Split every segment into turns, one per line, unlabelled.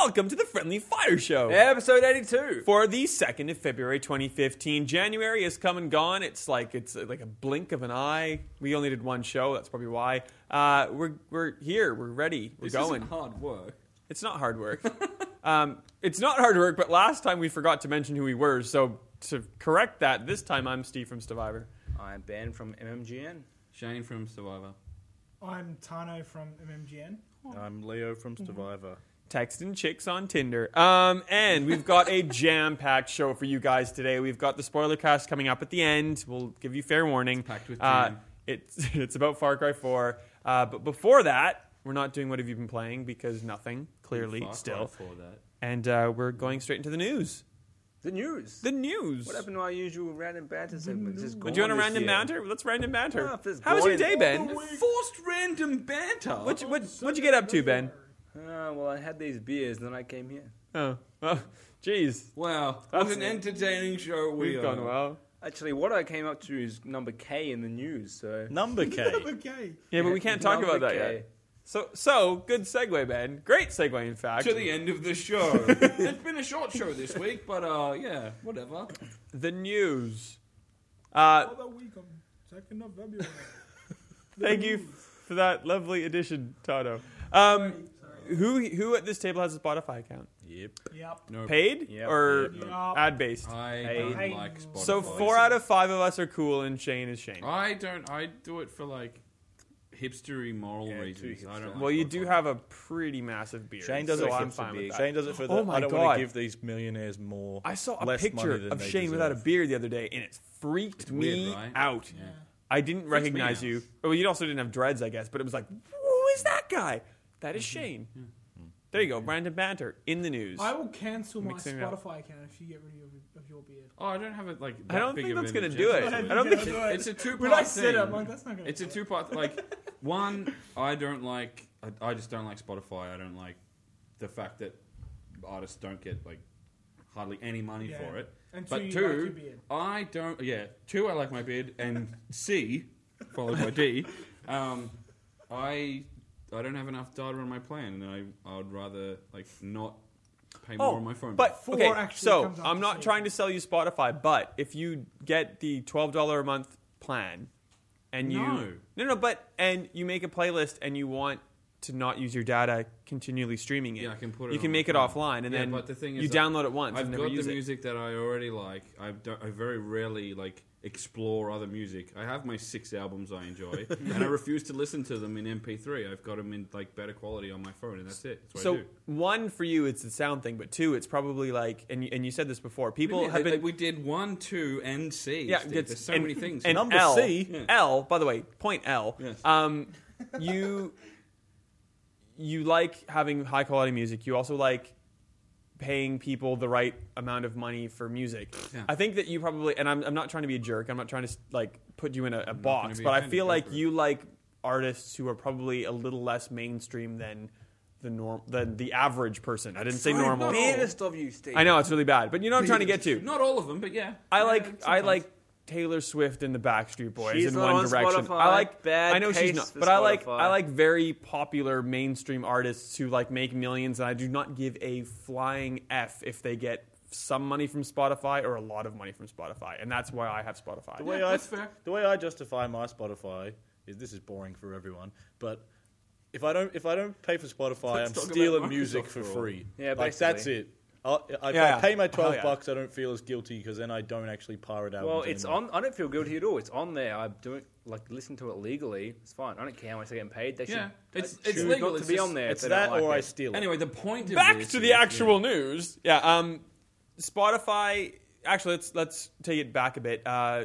Welcome to the Friendly Fire Show.
Episode 82.
For the second of February 2015, January has come and gone. It's like it's like a blink of an eye. We only did one show. That's probably why. Uh, we're we're here. We're ready. We're
This isn't
going.
hard work.
It's not hard work. um, it's not hard work. But last time we forgot to mention who we were. So to correct that, this time I'm Steve from Survivor.
I'm Ben from MMGN.
Shane from Survivor.
I'm Tano from MMGN.
I'm Leo from Survivor.
texting chicks on Tinder. Um, and we've got a jam-packed show for you guys today. We've got the spoiler cast coming up at the end. We'll give you fair warning.
packed with
Uh,
jam.
it's it's about Far Cry 4. Uh, but before that, we're not doing what have you been playing because nothing clearly
Fuck
still.
off For that.
And uh, we're going straight into the news.
The news.
The news.
what happened to our usual random banter segment? It's
Do you want
gone
a
this
random
year.
banter? Let's random banter.
Ah, if it's
How was your
gone,
day,
it's
Ben?
Forced random banter.
What you, what what'd you get up to, Ben?
Ah, well, I had these beers, then I came here.
Oh, well, jeez,
wow.
That's-
what an entertaining show we
we've
are.
gone well.
Actually, what I came up to is number K in the news. So
Number K.
Okay.
Yeah, but we can't talk
Number
about that
K.
yet. So, so good segue, Ben. Great segue, in fact.
To the end of the show. it's been a short show this week, but uh, yeah, whatever.
The news. Uh,
All that week on 2nd of February.
thank you for that lovely addition, Toto. Um, who who at this table has a Spotify account?
Yep.
Yep.
No.
Paid
Yep.
or
Yep.
ad based?
I
Hey.
don't
Hey.
like Uh, Spotify.
So four out of five of us are cool, and Shane is Shane.
I don't. I do it for like hipstery moral
Yeah, too
reasons. I
hipster.
don't. Like
Well, you do
Spotify.
have a pretty massive beard.
Shane does
so
it.
I'm
hipster
fine
beer.
with that.
Shane does it for the.
Oh my
I don't
God.
want to give these millionaires more.
I saw a
less money
picture
than
of
they
Shane without a
deserve.
beard the other day, and it freaked
weird,
me
right?
out.
Yeah.
I didn't
Freaks me
recognize
out.
you. Well, you also didn't have dreads, I guess. But it was like, who is that guy? That
Mm-hmm.
is Shane. There you go, random banter in the news.
I will cancel my
Mixing it up.
Spotify account if you get rid of your, of your beard.
Oh, I don't have it like.
I
that
don't
big
think
of
that's
an
gonna do it.
agenda.
I don't think-
Yeah,
It's a two-part
When I said it,
thing.
I'm like, that's not going to
It's a two part. Like one, I don't like. I, I just don't like Spotify. I don't like the fact that artists don't get like hardly any money
Yeah.
for it.
And
but
two, you like your
two,
beard.
I don't. Yeah, two, I like my beard, and C, followed by D, um, I I don't have enough data on my plan, and I I'd rather like not pay more
Oh,
on my phone. bill.
but
Four
okay,
actually
so
comes out
I'm
the
not
same.
trying to sell you Spotify, but if you get the twelve dollar a month plan, and you
No.
no no, but and you make a playlist and you want to not use your data continually streaming it,
Yeah, I can put it.
you can
on
make
my
it
phone.
offline, and
Yeah,
then
but the thing
you
is, I-
download it once
I've
and never
got
use
the
it.
music that I already like. I don't, I very rarely like explore other music. I have my six albums I enjoy, and I refuse to listen to them in MP3. I've got them in like better quality on my phone, and that's it. That's what I
So
do.
one for you, it's the sound thing, but two, it's probably like, and you, and you said this before. People
Really,
have
like,
been
we did one, two, and C.
yeah,
Steve.
it's-
there's so
and-
many things.
And
Number
L,
C.
Yeah.
L, by the way, point L.
Yes.
Um, you you like having high quality music. You also like paying people the right amount of money for music.
Yeah.
I think that you probably, and I'm, I'm not trying to be a jerk. I'm not trying to like put you in a, a box,
be
but I
offended,
feel
go
like
for it.
you like artists who are probably a little less mainstream than. The norm, than the average person. I didn't say
Sorry,
normal.
not all.
Baddest of you, Steve.
I know it's really bad, but you know what I'm trying to get to.
Not all of them, but yeah.
I
Yeah,
like I
sometimes.
like Taylor Swift and the Backstreet Boys
She's
in
not
One
on
Direction.
Spotify.
I like
Bad
I know she's
case
not,
for
but I like
Spotify.
I like very popular mainstream artists who like make millions, and I do not give a flying f if they get some money from Spotify or a lot of money from Spotify, and that's why I have Spotify.
The way
Yeah,
I
that's fair.
the way I justify my Spotify is this is boring for everyone, but if I don't if I don't pay for Spotify,
Let's
I'm
talk about
stealing
Microsoft
music
for
for
all.
free.
Yeah,
like
basically.
that's it. I'll, I- if
Yeah,
I pay my
yeah.
twelve
Hell yeah.
bucks, I don't feel as guilty because then I don't actually pirate albums.
Well, it's
anymore.
on. I don't feel guilty at all. It's on there. I do it like listen to it legally. It's fine. I don't care how much I get paid. They should.
Yeah, it's-
I
it's
choose
legal,
Not to
it's
be
just-
on there. if
It's
they don't
that
like
or I
it.
steal it.
Anyway, the point of
back
this
to
is-
the actual news. Yeah. Um, Spotify. Actually, let's let's take it back a bit. Uh,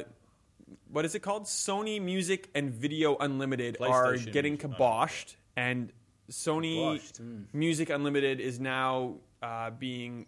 what is it called? Sony Music and Video Unlimited are
PlayStation
getting
Music. hmm.
kiboshed, and Sony
Kiboshed, mm.
Music Unlimited is now uh, being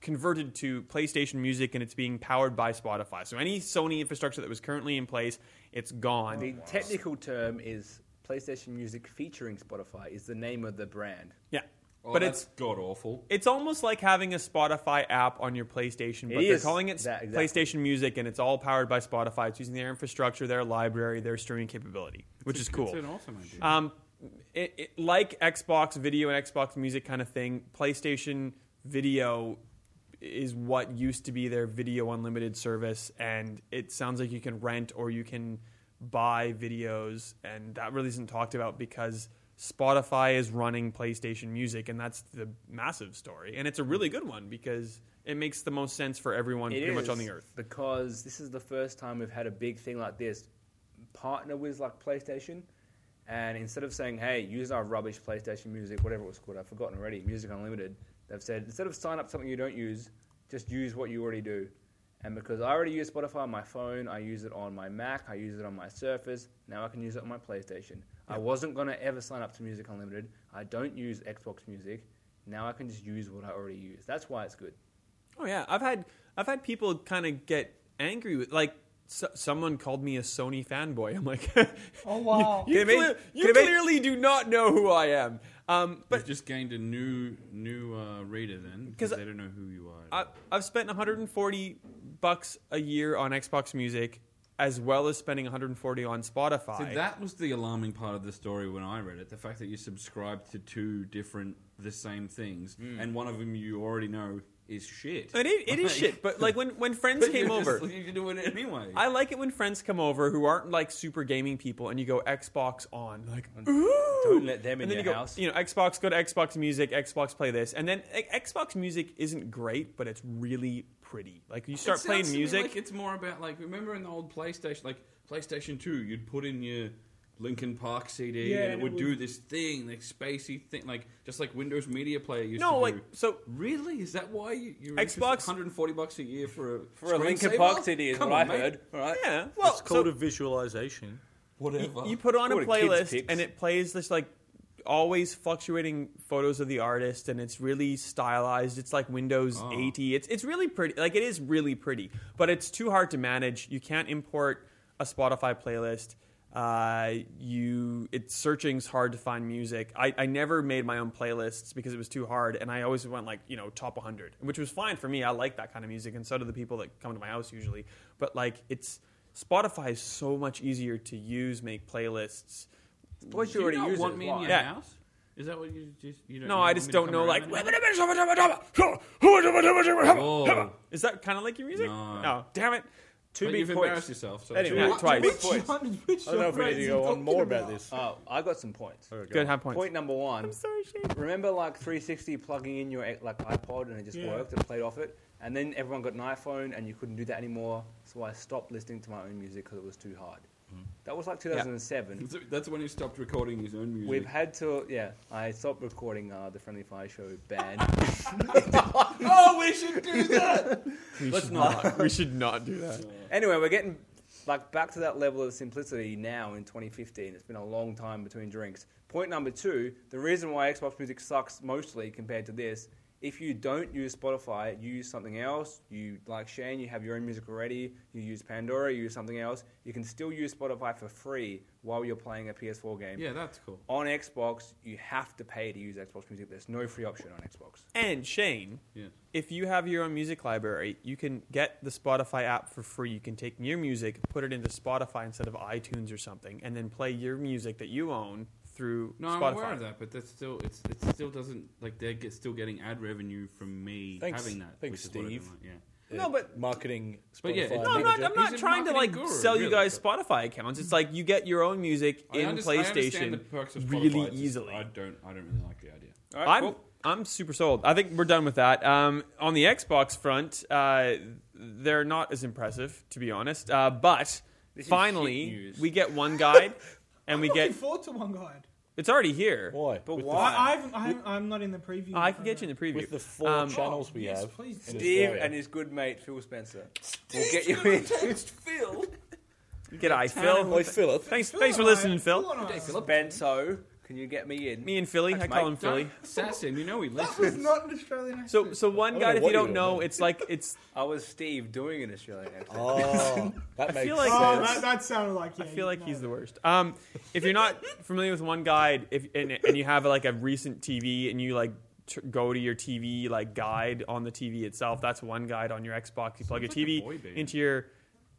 converted to PlayStation Music, and it's being powered by Spotify. So any Sony infrastructure that was currently in place, it's gone.
The technical term is PlayStation Music featuring Spotify. Is the name of the brand.
Yeah.
Oh,
But
that's
it's-
god awful.
It's almost like having a Spotify app on your PlayStation, but
It
they're
is
calling it
that- exactly.
PlayStation Music, and it's all powered by Spotify. It's using their infrastructure, their library, their streaming capability, which is cool.
It's an awesome idea.
Um,
Mm-hmm.
it, it, like Xbox Video and Xbox Music kind of thing, PlayStation Video is what used to be their Video Unlimited service, and it sounds like you can rent or you can buy videos, and that really isn't talked about because Spotify is running PlayStation Music, and that's the massive story, and it's a really good one because it makes the most sense for everyone
It
pretty much on
is,
the earth.
because this is the first time we've had a big thing like this partner with like PlayStation, and instead of saying, "Hey, use our rubbish PlayStation Music, whatever it was called, I've forgotten already, Music Unlimited," they've said instead of sign up something you don't use, just use what you already do. And because I already use Spotify on my phone, I use it on my Mac, I use it on my Surface. Now I can use it on my PlayStation. I wasn't gonna ever sign up to Music Unlimited. I don't use Xbox Music. Now I can just use what I already use. That's why it's good.
Oh yeah, I've had I've had people kind of get angry with like so, someone called me a Sony fanboy. I'm like,
Oh, wow.
you,
Can it make-
cle- you
can it make-
clearly do not know who I am. Um,
But
but
You've just gained a new new uh, reader then
'Cause
because they don't know who you are.
I, I've spent 140 bucks a year on Xbox Music, as well as spending 140 on Spotify.
See, that was the alarming part of the story when I read it. The fact that you subscribe to two different, the same things, and one of them you already know is shit.
and Hmm. it, it is
Like-
shit. But like when when friends
But
came
you're just-
over.
you can do it anyway.
I like it when friends come over who aren't like super gaming people, and you go Xbox on, like
Don't let them in
and then
your
you go,
house.
You know, Xbox, go to Xbox Music, Xbox Play this, and then like, Xbox Music isn't great, but it's really pretty. Like you start
It sounds
playing
to me
music.
Like it's more about like remember in the old PlayStation, like PlayStation Two, you'd put in your Linkin Park CD
Yeah,
and it would do this thing, like spacey thing, like just like Windows Media Player used
no,
to
like
do.
so.
Really? Is that why you, you're
Xbox-
140 bucks a year for a
For a Linkin
screensaver?
Park CD is
Come
what
on,
I
mate.
heard. All right.
Yeah, well,
it's called
so
a visualization.
Whatever.
you put on a
What a kid's
playlist
picks.
and it plays this like always fluctuating photos of the artist, and it's really stylized. It's like Windows
Oh.
80. It's it's really pretty. Like it is really pretty, but it's too hard to manage. You can't import a Spotify playlist. Uh, you it's searching's hard to find music. I, I never made my own playlists because it was too hard, and I always went like you know top 100, which was fine for me. I like that kind of music, and so do the people that come to my house usually. But like it's Spotify is so much easier to use, make playlists.
Plus,
Do
you
you
already
not
use
want
it.
me in your
Why?
Yeah.
house? Is that what you just? You don't
No,
you
I
want
just
me to
don't
come
know.
around
Like, is
and- Oh.
that kind of like your music?
No.
damn it. Two
But
big
you've
points.
embarrassed yourself. So
Anyway.
Yeah,
What-
twice.
Which
Twice.
one- which
I don't know if we
surprise
need to
you
go on
talking
more about this.
Oh, I got some points.
There we go.
Good have points.
Point number one.
I'm sorry, Shane.
Remember, like 360 plugging in your like iPod and it just
Yeah.
worked. It played off it, and then everyone got an iPhone, and you couldn't do that anymore. So I stopped listening to my own music because it was too hard. That was like 2007.
That's- That's when he stopped recording his own music.
We've had to, yeah. I stopped recording uh, the Friendly Fire Show band.
oh, we should do that.
We should not. we should not do that.
anyway, we're getting like back to that level of simplicity now in 2015. It's been a long time between drinks. Point number two: the reason why Xbox Music sucks mostly compared to this, if you don't use Spotify, you use something else. You like Shane, you have your own music already. You use Pandora, you use something else. You can still use Spotify for free while you're playing a PS4 game.
Yeah, that's cool.
On Xbox, you have to pay to use Xbox Music. There's no free option on Xbox.
And Shane,
Yeah.
if you have your own music library, you can get the Spotify app for free. You can take your music, put it into Spotify instead of iTunes or something, and then play your music that you own through
No,
Spotify.
I'm aware of that, but that's still it's it still doesn't like they're get, still getting ad revenue from me
Thanks-
having that.
thanks,
which is what I don't
Steve.
like, Yeah.
No, but-
marketing. Spotify
But yeah, it-
No, I'm not, I'm
manager.
not
He's a
trying to like
marketing guru,
sell you
really,
guys Spotify accounts. It's like you get your own music
I
in
underst- I understand
PlayStation
the perks of Spotify,
really
it's just
easily.
I don't I don't really like the idea.
All right,
I'm
cool.
I'm super sold. I think we're done with that. Um, on the Xbox front, uh, they're not as impressive, to be honest. Uh, but
This is shit
finally,
news.
we get one guide, and
I'm
we
looking
get
forward to one guide.
it's already here.
Why?
But
With the-
why?
I, I've, I'm, I'm not in the preview.
I can get you in the preview.
With the four
Um,
channels we
yes,
have.
please.
in
Steve
Australia.
and his good mate Phil Spencer will get you into Phil.
Get I Phil.
Oi, Philip.
Thanks,
Phil
thanks for
and I-
listening, Phil.
and I-
Hey, Philip,
Bento, can you get me in?
Me and Philly. I
Thanks,
call
mate.
him Philly.
don't sass him. You know he
That was
listens.
not an Australian accent.
So, so one
don't
guide.
know
If
what
you don't
you're
know,
doing.
it's like it's
I was Steve doing an Australian accent.
Oh, that makes
feel like-
oh,
sense.
that, that sounded like yeah,
I feel
you
like
know
he's
that.
the worst. Um, if you're not familiar with One Guide, if and, and you have like a recent TV and you like t- go to your TV like guide on the TV itself. That's one guide on your Xbox. You plug
Sounds
your TV
like a boy band.
into your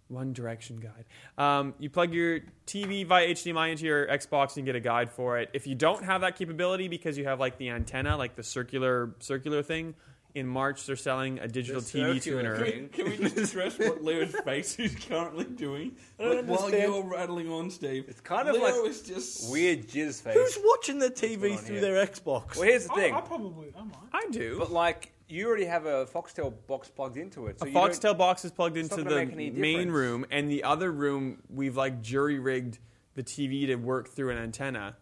One Direction guide. Um, you plug your TV via HDMI into your Xbox and get a guide for it. If you don't have that capability because you have like the antenna, like the circular circular thing, in March they're selling a digital TV
circular
tuner.
thing.
Can, can we discuss what Leo's face is currently doing?
I don't
Like, while
understand.
you're rattling on, Steve,
It's kind of
Leo
like
is just
Weird jizz face.
Who's watching the
going
TV
on
through
here?
their Xbox?
well, here's the
I,
thing.
I probably I might.
I do.
But like, you already have a Foxtel box plugged into it. So
a
you don't-
foxtail box is plugged
not
into
gonna
the
make any
main
difference.
room, and the other room we've like jury rigged the TV to work through an antenna.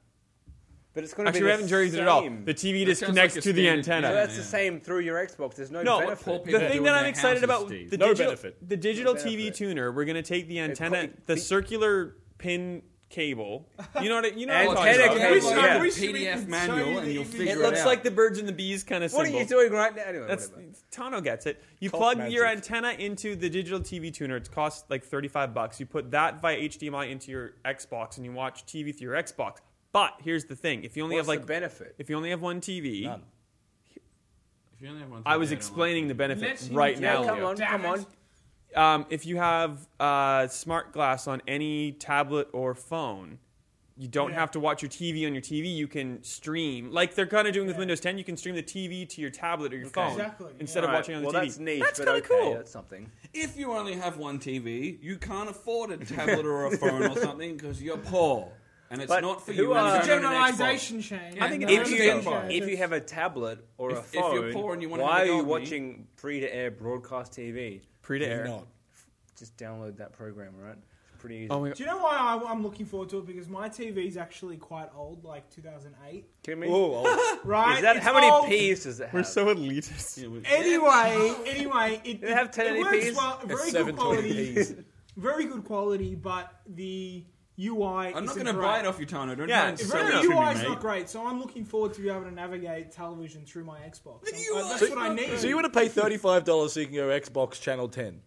But it's going to be
Actually, we
the
haven't jury rigged it at all.
same.
The TV
That
just
sounds
connects
like a
to the
standard-
antenna.
so
yeah.
that's the same through your Xbox. There's no,
no,
benefit.
the
people
thing
do
that
in
I'm
their
excited
houses,
about
Steve.
the
No
digital
benefit.
the digital
No
TV
benefit.
tuner. We're gonna take the
It's
antenna,
called-
the
the-
circular pin cable. You know what? I, you know
Oh,
Antenna
what I'm talking about.
cable,
Reach-
yeah.
reach-
PDF manual and you'll figure
It looks like the birds and the bees kind of
What
symbol.
are you doing right now? Anyway,
That's
whatever.
Tano gets it. You
Cult
plug
magic.
your antenna into the digital TV tuner. It costs like thirty-five bucks. You put that via HDMI into your Xbox, and you watch TV through your Xbox. But here's the thing: if you only
What's
have
the
like
benefit?
if you only have one TV,
None.
If you only have one
I
thing,
was
don't like
explaining
it.
the benefit
Let's
right
use-
now.
yeah, come
Leo.
on,
Damn
come on.
it.
Um, if you have uh, smart glass on any tablet or phone, you don't
Yeah.
have to watch your TV on your TV. You can stream, like they're kind of doing with Windows 10. You can stream the TV to your tablet or your phone
Exactly,
instead of
Alright,
watching on the
well,
TV.
that's neat.
That's
but
kinda
okay,
cool.
That's something.
If you only have one TV, you can't afford a tablet or a phone or something because you're poor, and it's
But
not for
who
you. and
are-
you
It's a
don't own an
generalization, Shane.
I think
No,
it
if
is
it's
you,
a
standby.
generalization.
if you have a tablet or a
If- if
phone,
you're poor and you wanna have
why
a
are you
dog, me-
watching free to air broadcast TV?
Pre to
You're
air.
not.
Just download that program, right? It's pretty easy.
Oh my god.
Do you know why I, I'm looking forward to it? Because my TV is actually quite old, like 2008.
Kidding me?
Oh,
Right?
Is that
It's
how many
old.
P's does it have?
elitist.
Xbox.
Anyway, anyway, it,
They have
it-
1080
it works
Ps?
well.
it's
Very good
720
quality.
Ps.
Very good quality, but the UI.
I'm not
isn't
going to
great.
buy it off you, Tano. Don't
Yeah,
try and
it's
It's
sell
really,
it
Send
to
the
me,
UI is
mate.
not great, so I'm looking forward to be able to navigate television through my Xbox.
The
I'm-
UI
that's
is
what I
not
need.
So you want to pay thirty-five dollars so you can go Xbox Channel Ten?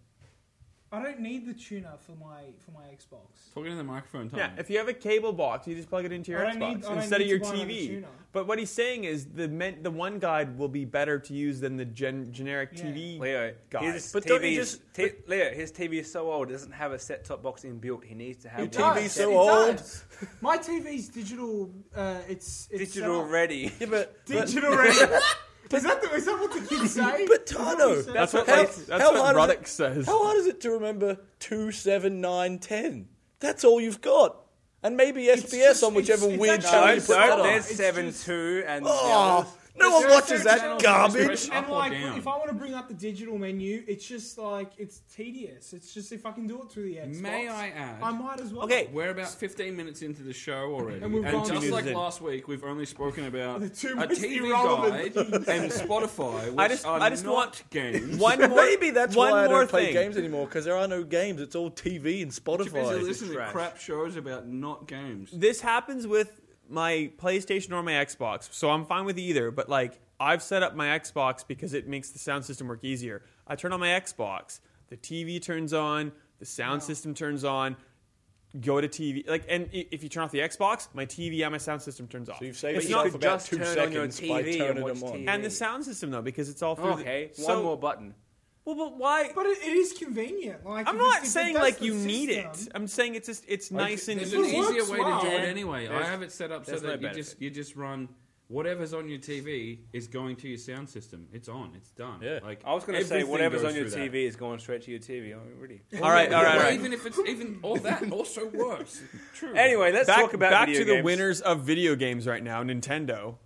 I don't need the tuner for my for my Xbox.
Talking to the microphone, Tano.
Yeah, if you have a cable box, you just plug it into your
I don't
Xbox
need- I don't
instead of
need
your
to buy another
TV.
tuner.
But what he's saying is the men, the one guide will be better to use than the gen, generic
Yeah.
TV.
Leo,
Guys.
his
But
TV
don't you
is-
just-
t- Leo, his TV is so old; it doesn't have a set-top box inbuilt. He needs to have
Your
It
one
TV 's
does,
so
it
old.
does. My TV's digital. Uh, it's, it's
digital
set up-
ready.
Yeah, but
Digital ready. Is that, the, is that what the kids say?
But
Is that what
Tano,
we say?
That's what
How-
that's, that's
how
what
hard is it-
Ruddock says.
How hard is it to remember two, seven, nine, ten? That's all you've got, and maybe SBS
just-
on whichever
it's- it's
weird
actually-
channel
No,
you put
so
that
no,
on.
there's
It's
seven
just-
two and
Oh, no
Is
one
there a
watches
third channel
that
for
garbage.
Express? Up
And
or
like,
down?
if I want to bring up the digital menu, it's just like it's tedious. It's just if I can do it through the Xbox,
May I add?
I might as well.
Okay.
We're about 15 minutes into the show already.
And
And,
we've gone
just
to-
like
News in.
last week, we've only spoken about a
The two most
TV
irrelevant
guide and Spotify, which
I just-
are
I just
not
want-
games.
One more,
Maybe that's
one
why I
more
don't play
thing.
games anymore because there are no games. It's all TV and
You're busy
Spotify.
listening to
trash.
crap shows about not games.
This happens with my PlayStation or my Xbox, so I'm fine with either. But like, I've set up my Xbox because it makes the sound system work easier. I turn on my Xbox, the TV turns on, the sound system turns on. Go to TV, like, and i- if you turn off the Xbox, my TV and my sound system turns off.
So you've saved
It's
you
not-
yourself
could
about
just
two
turn on your
seconds by
TV and
turning
watch
them on.
TV.
and the sound system though, because it's all through. the-
okay,
so-
one more button.
Well, but why?
But it, it is convenient. Like
I'm
if it's-
not
if it
saying
does
like
the
you need it.
system-
I'm saying it's just it's nice and
There's
It
an
easy.
works
easier way to
well.
do it anyway. I
There's-
have it set up so
there's
that
no
you
benefit.
just you just run whatever's on your TV is going to your sound system. It's on. It's done.
Yeah.
Like
I was going to say
everything
whatever's
goes
on your
through that.
TV is going straight to your TV. Oh, really?
All right, all right, all
Well,
right.
Even if it's even all that also works. True.
Anyway, let's
back,
talk about
back
video
to the
games.
winners of video games right now, Nintendo.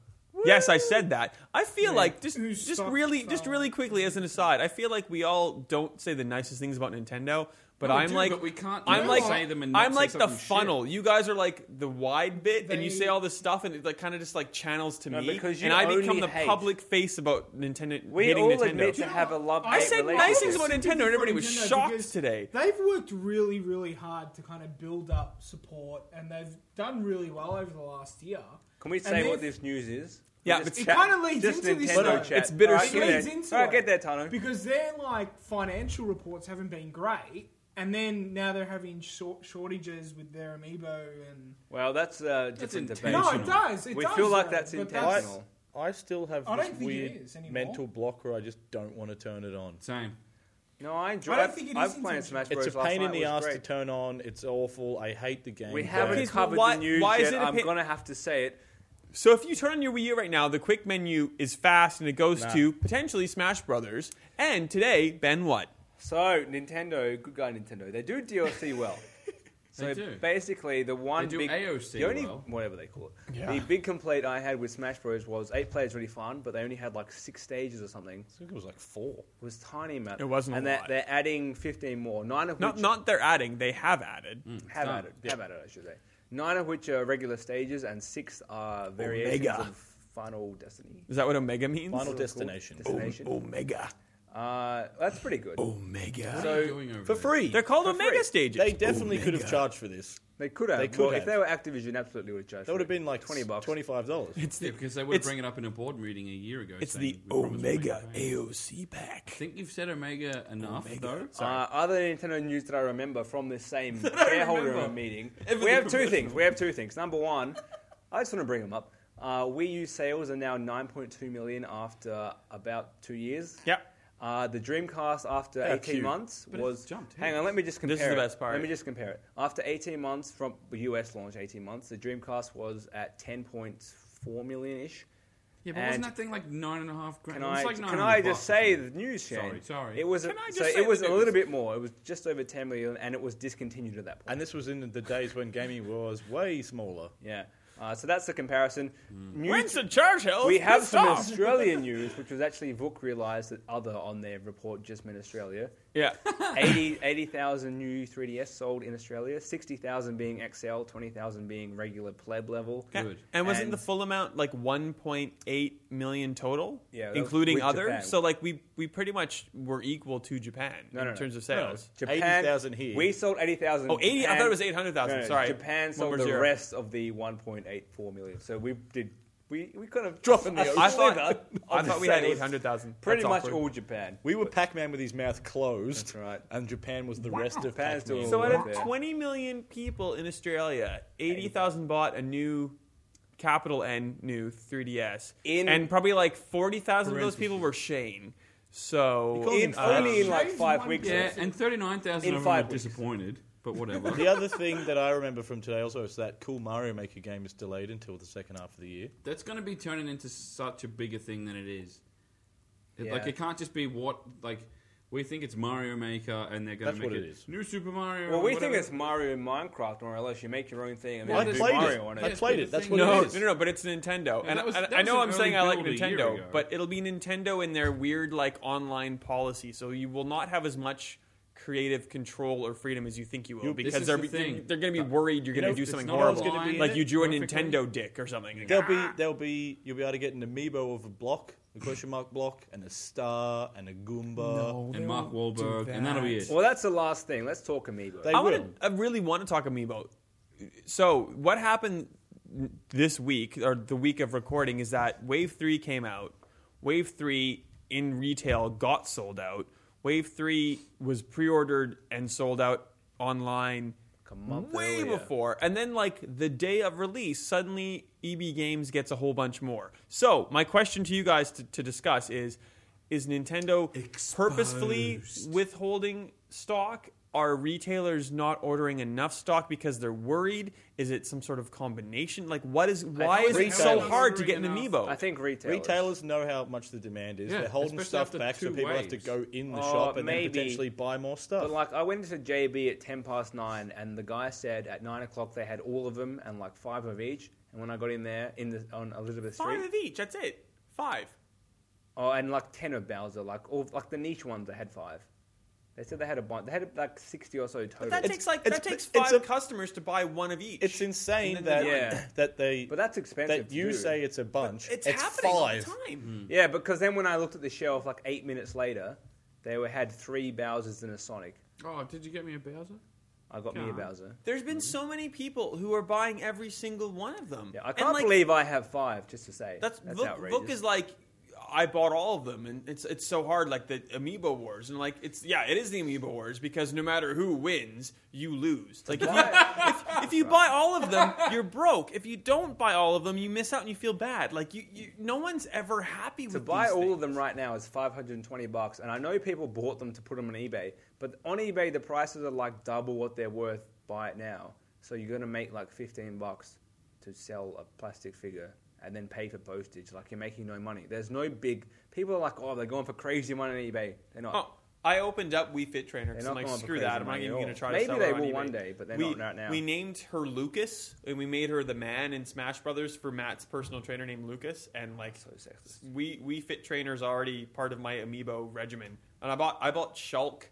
Yes, I said that. I feel like just
Who
just
sucked
really just
phone?
really quickly as an aside, I feel like we all don't say the nicest things about Nintendo, but
No, we
I'm
do,
like
but we can't
I'm
not
like
say them and not
I'm
say
like the
something shit.
funnel. You guys are like the wide bit, and you
They-
say all this stuff, and it like kind of just like channels to
No,
me,
because you
and I
only
become the
hate.
public face about Nintendo.
We
hating
all
Nintendo.
admit to have a love.
I
I
said
relate
nice
to
things
this.
about Nintendo, and everybody was
Nintendo
shocked
because
today.
They've worked really, really hard to kind of build up support, and they've done really well over the last year.
Can we
And
say what
they've-
this news is?
Yeah,
Or just
but- It
chat-
kinda leads
just
into this,
Nintendo
though.
chat.
It's bittersweet.
All right,
Leads
get
into
there. All right,
it.
get there, Tano.
because their like financial reports haven't been great, and then now they're having short shortages with their amiibo and
Well, that's a different debate.
intentional.
no, it does. It
we
does,
feel like
though,
that's
but
intentional.
I still have
I
this
don't think it
weird
is anymore.
mental block where I just don't want to turn it on.
Same.
No, I enjoy.
I don't
I've,
think it is
I've played
intentional.
Smash Bros.
It's a
last
pain in
night,
the
it was
ass to
great.
turn on. It's awful. I hate the game.
We
but-
haven't
Okay, so
covered
why-
the news
why is
yet.
it a
I'm
pain-
gonna have to say it.
So if you turn on your Wii U right now, the quick menu is fast and it goes
Nah.
to potentially Smash Brothers. And today, Ben, what?
So Nintendo, good guy Nintendo, they do DLC well. So
They do.
basically, the one
They do
big
AOC
the only
well.
whatever they call it. The big complaint I had with Smash Bros was eight players really fun, but they only had like six stages or something.
I think it was like four.
It was tiny amount.
It wasn't a
and they're,
lot.
they're adding fifteen more, nine of
Not
which
not they're adding, they have added.
have
Done.
added, have added, I should say. Nine of which are regular stages, and six are variations
Omega.
of Final Destiny.
Is that what Omega means?
Final
Is that what it's called?
Destination.
Destination.
Omega.
Uh, that's pretty good.
Omega.
What are you doing over
For
there?
free.
They're called
For
Omega
free.
stages.
they definitely could have charged for this.
They could have.
They could
well,
have.
If they were Activision, absolutely would charge.
That would have been like
twenty bucks.
twenty-five dollars.
it's
Yeah,
the,
because they would
It's-
bring it up in a board meeting a year ago.
it's
saying
the
we promised we'll make
Omega
it back.
AOC
I
pack.
think you've said Omega enough, though.
Uh, other Nintendo news that I remember from this same shareholder
remember.
meeting, we
Everything
have two
commercial.
things. We have two things. Number one, I just want to bring them up. Uh, Wii U sales are now 9.2 million after about two years.
Yep.
Uh, the Dreamcast after
How
18
cute.
months
But
was.
it's jumped
hang on,
heaps.
let me just compare.
is the
it.
best part.
Let me just compare it. After 18 months from the US launch, 18 months, the Dreamcast was at 10.4 million ish.
Yeah, but
And
wasn't that thing like nine and a half grand?
Can
it was
I,
like
can
900
I
bucks
just say
or
the news, Shane?
Sorry, sorry.
It was a,
Can I just
so
say
it was
the
a
news?
little bit more. It was just over 10 million, and it was discontinued at that point.
And this was in the days when gaming was way smaller.
yeah. Uh, so that's the comparison. News-
Hmm. When's the charge held?
we have
Pissed
some
off.
Australian news, which was actually Vuk realised that other on their report just meant Australia.
Yeah.
80 80,000 new 3DS sold in Australia, 60,000 being XL, 20,000 being regular pleb level.
Good.
And wasn't
And-
the full amount like 1.8 million total,
Yeah, that was
including
with
others?
Japan.
So like we we pretty much were equal to Japan
No,
in
no, no.
terms of sales.
Japan
80,000 here.
We sold 80,000.
Oh, 80 I
Japan-
thought it was 800,000.
No, no,
Sorry.
Japan sold
Number
the
zero.
rest of the 1.84 million. So we did we we kind of
Drop in the
a
ocean.
I thought,
sliver
I
of
thought we
the
had
sales.
800,000.
Pretty
That's
much
awkward.
all Japan.
We were Pac-Man with his mouth closed.
That's right.
And Japan was the rest of
Japan's
Pac-Man.
doing
So out of
Yeah.
20 million people in Australia, 80,000 bought a new capital N new 3DS.
In-
and probably like 40,000 of those
Parentheses.
people were Shane. So
In
uh,
only in like
James
five
won
weeks.
yeah, and 39,000
In
of them were
five weeks.
disappointed, but whatever.
the other thing that I remember from today also is that Cool Mario Maker game is delayed until the second half of the year.
That's going to be turning into such a bigger thing than it is. It- Like,
Yeah.
it can't just be what, like, we think it's Mario Maker and they're going
That's
to make
what
it,
it is.
New Super Mario.
well,
or
we
whatever.
think it's Mario and Minecraft, or unless you make your own thing and
Well,
I
then
there's
do
played
Mario
it.
on
I
Yeah,
it.
played
but
it.
the
That's
thing
what
no,
it
no,
is.
no, no, but it's Nintendo, and
that was-
I,
that
I
was
know
an
I'm saying I
early
like
build a year
Nintendo,
ago.
but it'll be Nintendo in their weird like online policy, so you will not have as much creative control or freedom as you think you will
this
because
is
they're
the
be-
thing.
they're going to be worried you're going to
know,
do
it's
something
not always
horrible,
gonna be
like you drew a
perfectly.
Nintendo dick or something.
There'll be, there'll be, you'll be able to get an amiibo of a block, a question mark block, and a star, and a Goomba.
And Mark Wahlberg, and that'll be it.
Well, that's the last thing. Let's talk Amiibo.
They
I
will.
want I really want to talk Amiibo. So what happened this week or the week of recording is that Wave Three came out. Wave Three in retail got sold out. Wave Three was pre-ordered and sold out online
Like a month
way
earlier.
before. And then like the day of release, suddenly EB Games gets a whole bunch more. So my question to you guys to, to discuss is: Is Nintendo purposefully withholding stock? Are retailers not ordering enough stock because they're worried? Is it some sort of combination? Like, what is? Why is it so
retailers
hard to get an
ordering enough.
amiibo?
I think retail.
Retailers know how much the demand is.
Yeah,
They're holding
especially
stuff
after
back so
two
people have to
waves.
go in the
Oh,
shop and
maybe.
then potentially buy more stuff.
But like, I went to JB at ten past nine, and the guy said at nine o'clock they had all of them and like five of each. And when I got in there in the on Elizabeth
Five
Street,
of each. That's it. Five.
oh, and like ten of Bowser, like all like the niche ones, they had five. They said they had a bunch. They had like sixty or so total.
That
But,
takes like
it's-
that takes
it's
five
a-
customers to buy one of each.
it's insane
And then
that
they
Yeah. want-
that they
that's expensive.
that
to
you
do.
say it's a bunch.
it's, happening
five.
all the time.
yeah, because then when I looked at the shelf, like eight minutes later, they were, had three Bowser's and a Sonic.
oh, did you get me a Bowser?
I got me a
God.
Bowser.
There's been so many people who are buying every single one of them.
Mm-hmm. Yeah, I
And,
can't
like,
believe I have five. Just to say,
that's,
that's
Vuk,
outrageous.
Vuk is like I bought all of them, and it's it's so hard. Like the Amiibo Wars, and like it's yeah, it is the Amiibo Wars because no matter who wins, you lose. Like if you, if, if you buy all of them, you're broke. If you don't buy all of them, you miss out and you feel bad. Like you, you no one's ever happy
To
with
buy
these
all of
things.
them right now is 520 bucks, and I know people bought them to put them on eBay, but on eBay the prices are like double what they're worth. Buy it now, so you're gonna make like 15 bucks to sell a plastic figure and then pay for postage. Like you're making no money. There's no big. People are like, oh, they're going for crazy money on eBay. They're not.
Oh, I opened up We Fit Trainer
They're
because
not
I'm like,
going for
screw
crazy
that. I'm not
money
even
at
going to
all.
try
Maybe
to sell
they
her on
will
eBay.
one day, but they're
we,
not right now.
We named her Lucas, and we made her the man in Smash Brothers for Matt's personal trainer named Lucas. And like,
So sexist.
we we fit trainers already part of my amiibo regimen, and I bought I bought Shulk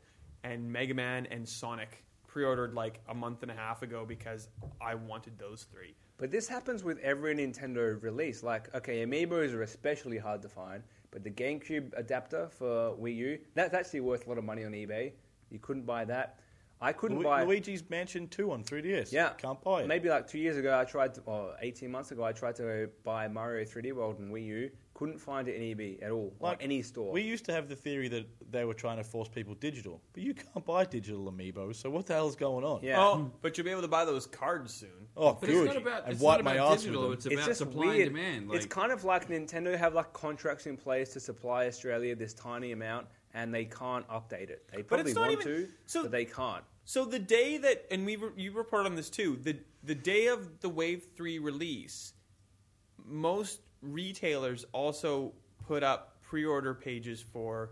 and Mega Man and Sonic pre-ordered like a month and a half ago because I wanted those three.
But this happens with every Nintendo release. Like, okay, amiibos are especially hard to find, but the GameCube adapter for Wii U, that's actually worth a lot of money on eBay. You couldn't buy that. I couldn't
Lu-
buy
Luigi's Mansion 2 on 3DS.
Yeah.
Can't buy it.
Maybe like two years ago, I tried, to, or 18 months ago, I tried to buy Mario 3D World on Wii U. Couldn't find it in eBay at all, like, any store.
We used to have the theory that they were trying to force people digital, but you can't buy digital amiibo, so what the hell's going on?
Yeah.
Oh, but you'll be able to buy those cards soon.
Oh,
But
good.
it's not about,
and
it's
wipe
not
my
about
ass
digital.
with
It's
them.
about supply
weird.
and demand. Like,
it's kind of like Nintendo have like contracts in place to supply Australia this tiny amount, and they can't update it. They probably
it's not
want
even-
to,
so-
but they can't.
So the day that, and we re- you report on this too, the the day of the Wave Three release, most retailers also put up pre-order pages for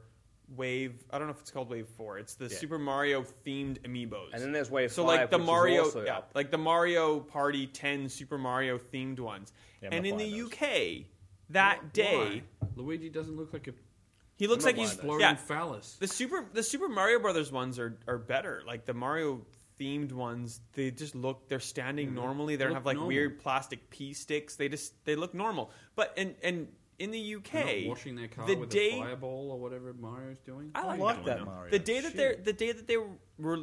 Wave. I don't know if it's called Wave Four. It's the Super Mario themed amiibos.
And then there's Wave
So
Five,
like the
which is
Mario,
also
yeah,
up.
like the Mario Party Ten Super Mario themed ones.
Yeah, I'm
and
not
in the
buying those.
UK, that day
Why? Luigi doesn't look like a
he looks
I'm
like
not
he's
buying
bloated
yeah,
phallus.
the super the Super Mario Brothers ones are, are better. Like the Mario themed ones, they just look they're standing
Mm-hmm.
normally. They don't
look
have like
normal.
weird plastic pea sticks. They just they look normal. But and and in the
They're
UK,
not washing their car
the
with
day
a fireball or whatever Mario's doing.
I
I
like,
like
that
that Mario.
the day that they the day that they were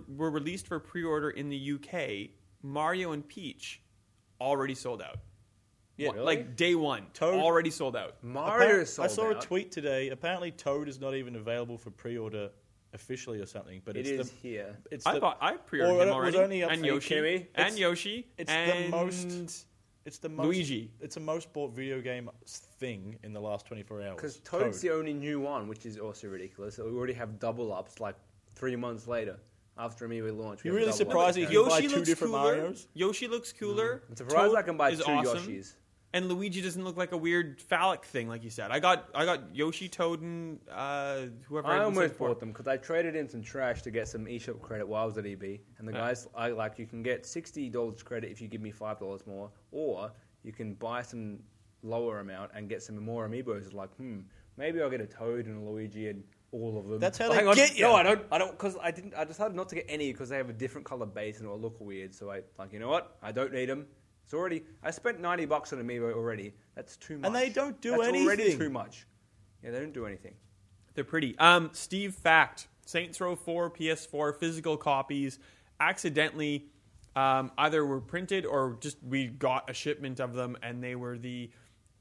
were released for pre order in the UK, Mario and Peach already sold out.
Yeah,
Wha- like day one,
Toad-
already sold out.
Mario
Apparent-
is sold
I saw
out.
a tweet today. Apparently, Toad is not even available for pre-order officially or something. But
It
it's
is
the
here.
it's
I
the,
uh,
bought, I
Or
pre-ordered
it
him
was
already,
only up
and
for-
Yoshi,
Are you kidding me?
and
It's-
Yoshi,
it's the most-
and-
it's the most,
Luigi.
It's the most bought video game thing in the last 24 hours.
Because Toad's the only new one, which is also ridiculous. We already have double ups like three months later after Amiibo launch. we
You're
have double
really
ups
surprised he-
now.
You buy two different Marios?
Yoshi looks cooler.
I'm surprised
Toad
I can buy
is
two
awesome,
Yoshis.
And Luigi doesn't look like a weird phallic thing, like you said. I got I got Yoshi, Toad, and uh, whoever I,
I
didn't
almost
send for.
bought them because I traded in some trash to get some eShop credit while I was at EB. And the guys, I like, you can get sixty dollars credit if you give me five dollars more, or you can buy some lower amount and get some more Amiibos. It's Like, hmm, maybe I'll get a Toad and a Luigi and all of them.
That's how
Oh,
they
hang on.
get ya.
No, I don't. I don't because I didn't. I decided not to get any because they have a different color base and it'll look weird. So I like, you know what? I don't need them. It's already. I spent ninety bucks on Amiibo already. That's too much.
And they don't do
That's Already
anything.
too much. Yeah, they don't do anything.
They're pretty. Um, Steve Fact, Saints Row 4 PS4 physical copies accidentally um, either were printed or just we got a shipment of them and they were the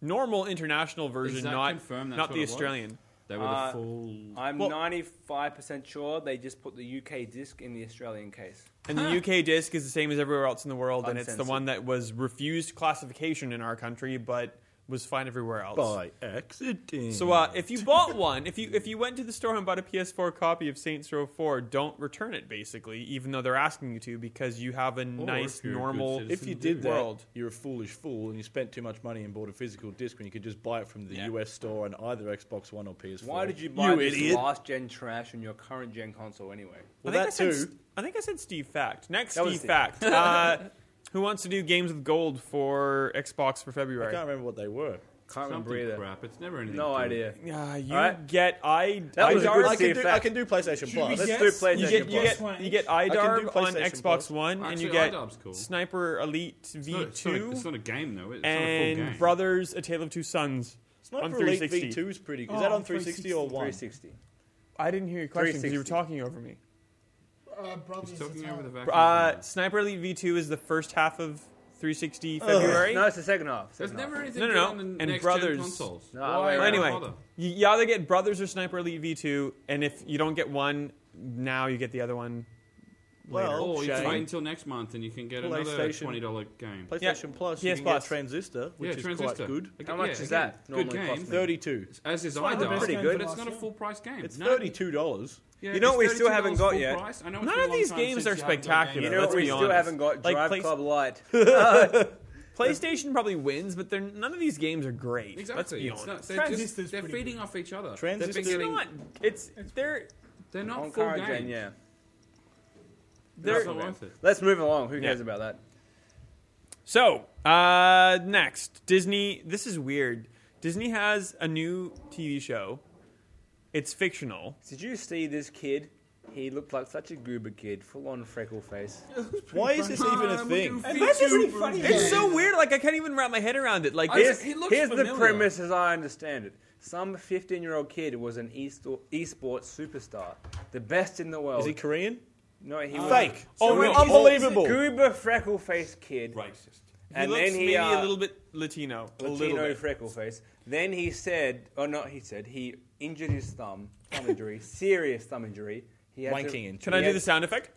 normal international version,
Is that
not
confirmed? That's
not
what
the
it was?
Australian.
They were
Uh,
the full.
I'm
Well-
95% sure they just put the UK disc in the Australian case.
And the UK disc is the same as everywhere else in the world, and it's the
Uncensored.
one that was refused classification in our country, but was fine everywhere else.
by accident.
So uh, if you bought one, if you if you went to the store and bought a PS4 copy of Saints Row 4, don't return it basically, even though they're asking you to, because you have a nice
if you're a good
normal.
citizen.
if you did that,
World.
you're a foolish fool, and you spent too much money and bought a physical disc when you could just buy it from the US store on either Xbox One or PS4.
Why did you buy this
idiot?
last gen trash on your current gen console anyway?
Well,
I think
that
I said,
too.
S- I think I said Steve Fact. Next
That was
Steve
Steve.
Fact. Uh, who wants to do games with gold for Xbox for
I
February?
can't remember what they were.
Can't remember
something
either.
crap. It's never anything.
No
to do.
idea.
Yeah, Ah, you
Alright.
get I.
That
I
was a
Dark
good
I can,
Steve
do,
Fact.
I can do PlayStation
Should we
Plus.
Let's
guess?
do PlayStation
you get, you
Plus.
get you get iDarb
do
on
PlayStation
Xbox
Plus.
One, and you
Actually,
get
iDarb's cool.
Sniper Elite
It's not,
V
it's, not a, it's
two
not a game though. It's not a full
and
game.
Brothers: A Tale of Two Sons on
Sniper Elite
360.
V2 is pretty. Is
Oh,
that on
on
360 or 1?
360.
I didn't hear your question because you were
360.
talking over me.
Uh, brothers,
He's
it's
talking
all-
over the vacuum.
Uh, Sniper Elite V2 is the first half of 360 February.
No, it's the second half.
There's
second half.
never anything
No, no,
good
no.
on the
And
next
Brothers.
gen consoles.
No, I'm
Why
aware.
Well, anyway,
bother?
you, you either get Brothers or Sniper Elite V2, and if you don't get one now, you get the other one. Later.
Well,
Or you
Shane.
can wait until next month and you can get another
PlayStation.
twenty dollar game.
PlayStation Plus,
PS
you can
Plus.
get Transistor, which
yeah,
is
Transistor.
quite good.
Again-
How much
yeah,
is
again,
that
Good
normally
game.
cost me?
Thirty-two.
As is
one of the
iDie,
best
Pretty
games
good.
of
but it's
last
not a
year.
full price game.
It's
No.
thirty-two dollars.
Yeah,
You know
it's
what we still
$32
haven't got
full
yet?
price. I know
None
it's been a
of
long
these
time
games
since
are
you haven't got a game
spectacular.
You
yet.
know
Let's
what we
be
still
honest.
haven't got?
Like,
Drive
place-
Club Light.
PlayStation probably wins, but they're, none of these games are great.
Exactly.
Let's be
It's
honest.
not- they're
Transistor's
just, they're
pretty
feeding off each other.
Transistor's-
They've
it's
been getting-
not. It's they're
They're
On
not full
current gen,
games.
yeah.
They're
they're
not worth it.
Let's move along. Who
Yeah.
cares about that?
So, uh, next, Disney. This is weird. Disney has a new TV show. It's fictional.
Did you see this kid? He looked like such a goober kid, full on freckle face.
Why is this even a
I'm
thing?
looking
And
for
that
you.
isn't funny.
It's so weird. Like I can't even wrap my head around it. Like
I
this.
Here's,
just- he looks
here's the
familiar.
premise as I understand it. Some 15 year old kid was an e esports superstar, the best in the world.
Is he Korean?
no, he was
Fake.
So
oh,
wait,
unbelievable.
Goober freckle faced kid,
Racist.
and
he looks
then he
maybe
uh,
a little bit Latino. a little
Latino
bit.
freckle face. Then he said, oh no, he said he injured his thumb, thumb injury, serious thumb injury. He had
Wanking
to,
injury.
Can I
he
do
had-
the sound effect?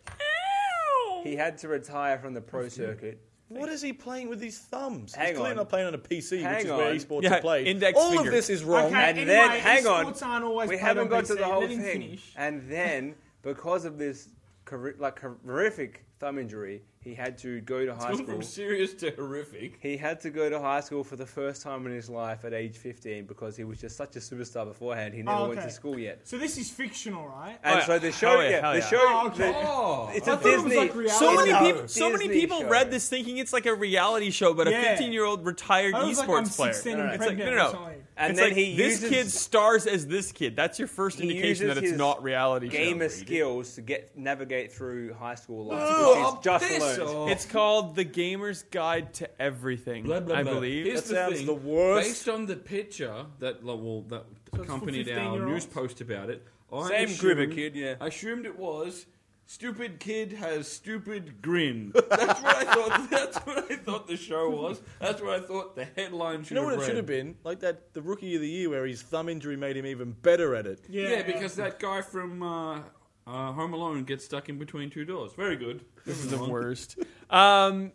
He had to retire from the pro circuit.
What is he playing with his thumbs?
Hang
He's clearly
on.
not playing on a PC,
Hang
which is where
on.
esports
Yeah,
are played.
index
All
finger.
of this is wrong.
Okay,
And
anyway,
then- hang on.
esports aren't always
we
played
haven't
on
got
PC.
to the whole
Let him
thing.
finish.
And then, because of this horri- like horrific thumb injury, he had to go to high
Gone
school.
from serious to horrific.
He had to go to high school for the first time in his life at age 15 because he was just such a superstar beforehand. He never
Oh,
went to
okay.
school yet.
So this is fictional, right?
And
Oh, yeah.
so the show,
Hell yeah,
yeah,
hell
the
yeah.
show,
Oh, okay.
the-
Oh,
it's a
thought it was
Disney.
like reality.
So many
No.
people, so many
Disney
people
show.
read this thinking it's like a reality show about a
Yeah.
15 year old retired
I was like, I'm
esports player.
16
No, no,
and
no.
It's like,
pregnant
no, no,
or
no.
something.
And
It's
then
like,
he
this
uses
kid stars as this kid. That's your first
He
indication that
uses
it's
his
not reality
gamer
show.
skills to get navigate through high school life.
Oh,
which is
this
just learned.
or-
It's called The Gamer's Guide to Everything,
Blah, blah,
I
blah.
believe.
Here's
That
the
sounds
thing.
the worst.
Based on the picture that like, well, that
for
accompanied our
15-year-olds?
news post about it, I
Same
assumed-
grimmer kid, yeah.
I assumed it was stupid kid has stupid grin. That's what I thought. That's what I thought the show was. That's what I thought the headline should
You know what
have
it
read.
should have been? Like that, the rookie of the year where his thumb injury made him even better at it.
Yeah,
Yeah, because that guy from uh, uh, Home Alone gets stuck in between two doors. Very good.
This is the worst. Um,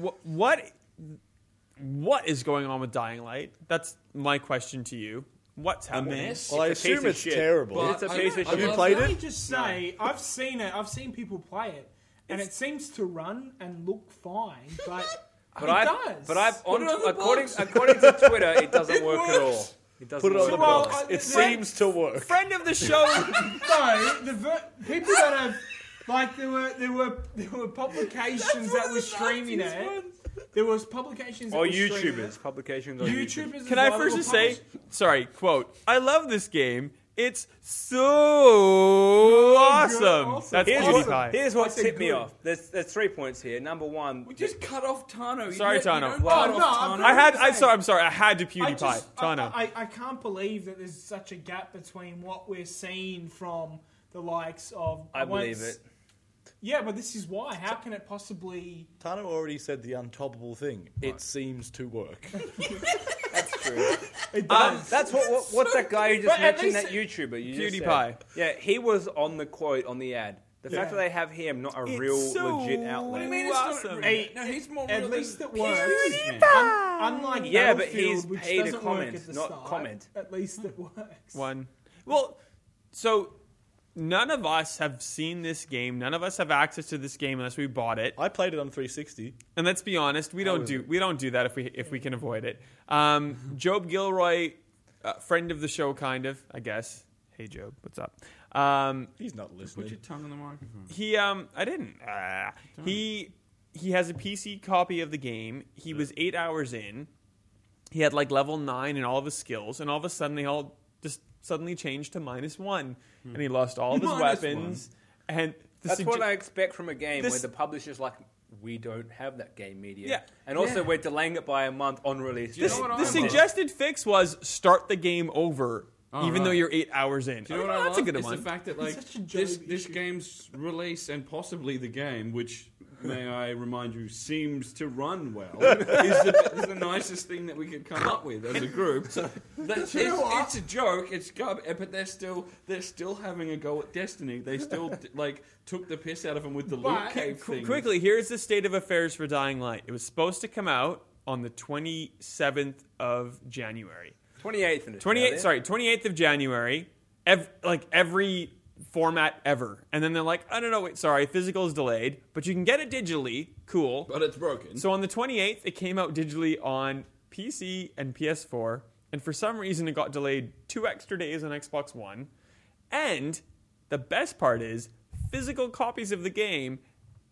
wh- what what is going on with Dying Light? That's my question to you. What's happening?
mess?
Well, I
It's a piece
assume
of
it's
shit.
terrible.
But
It's a
I-
piece of
I
Have you
love
played
Let
it?
me just say, I've seen it. I've seen people play it, and it seems to run and look fine, but,
But
it
I've,
does.
but I've
Put
on,
it on the
according
box.
according to Twitter, it doesn't
It
work at all.
works.
It doesn't
Put it
work
on the
at all.
box.
I-
It seems to work.
Friend of the show.
no, the ver- people that have like there were there were there were publications that were streaming it. There was publications that
Or
were streaming
YouTubers, publications on
it.
YouTube.
YouTubers.
Can
as
I
well
first
that
just
were
say,
published-
sorry, quote, I love this game. It's so awesome.
awesome.
That's
Here's
PewDiePie.
what-
Here's what
That's a
tipped me
good-
off. There's, there's three points here. Number one,
We just cut off Tano. You
Sorry,
don't- you
Tano.
don't
Well,
cut
no,
off
I've
Tano.
got-
I had, I
Say.
sorry, I'm sorry, I had to
I
PewDiePie.
just, I,
Tano.
I, I can't believe that there's such a gap between what we're seeing from the likes of.
I
won't
believe
s-
it.
Yeah, but this is why. How can it possibly?
Tano already said the untoppable thing. It seems to work.
That's true.
It
Um,
does.
that's what, what what's that guy you just
But at
mentioned? That
least
YouTuber, you just said.
PewDiePie.
Yeah, he was on the quote on the ad. The fact
Yeah.
that they have him, not a
It's
real
so
legit
What do you
outlet.
mean it's not
Awesome.
real?
Hey,
no, he's more real
At least
than
it works.
PewDiePie.
Un- unlike
Yeah, but
Battlefield,
he's
which
paid a
doesn't
comment,
work at the
not
start,
comment.
At least it works.
One. Well, so none of us have seen this game. None of us have access to this game unless we bought it.
I played it on 360.
And let's be honest, we don't do we don't do that if we if we can avoid it. Um, Job Gilroy, uh, friend of the show, kind of, I guess. Hey, Job, what's up? Um,
He's not
Put your
listening.
tongue on the microphone.
He um I didn't. Uh, he he has a PC copy of the game. He was eight hours in. He had like level nine in all of his skills, and all of a sudden they all just suddenly changed to minus one, and he lost all of his
Minus
weapons. And the
That's what
sugge-
I expect from a game where
This-
the publisher's like, we don't have that game media.
Yeah.
And also,
Yeah.
we're delaying it by a month on release.
you
this,
know what
the
I love?
suggested fix was start the game over,
Oh,
even though
right.
you're eight hours in.
Do you know
Oh,
what I
that's
love?
a good
it's
one.
the fact that
It's
like
such a
this
joke
this
issue.
game's release and possibly the game, which may I remind you, seems to run well, is the, is the nicest thing that we could come up with as a group. That- it's, it's a joke, it's gub, eh, but they're still they're still having a go at Destiny. They still d- like took the piss out of him with the loot
But-
cave
Qu-
thing.
quickly, here's the state of affairs for Dying Light. It was supposed to come out on the 27th of January.
28th in
28th, sorry, 28th of January, ev- like every format ever. And then they're like, oh, no, no, wait, sorry, physical is delayed, but you can get it digitally. Cool.
but it's broken.
So on the 28th, it came out digitally on PC and PS4, and for some reason, it got delayed two extra days on Xbox One. And the best part is, physical copies of the game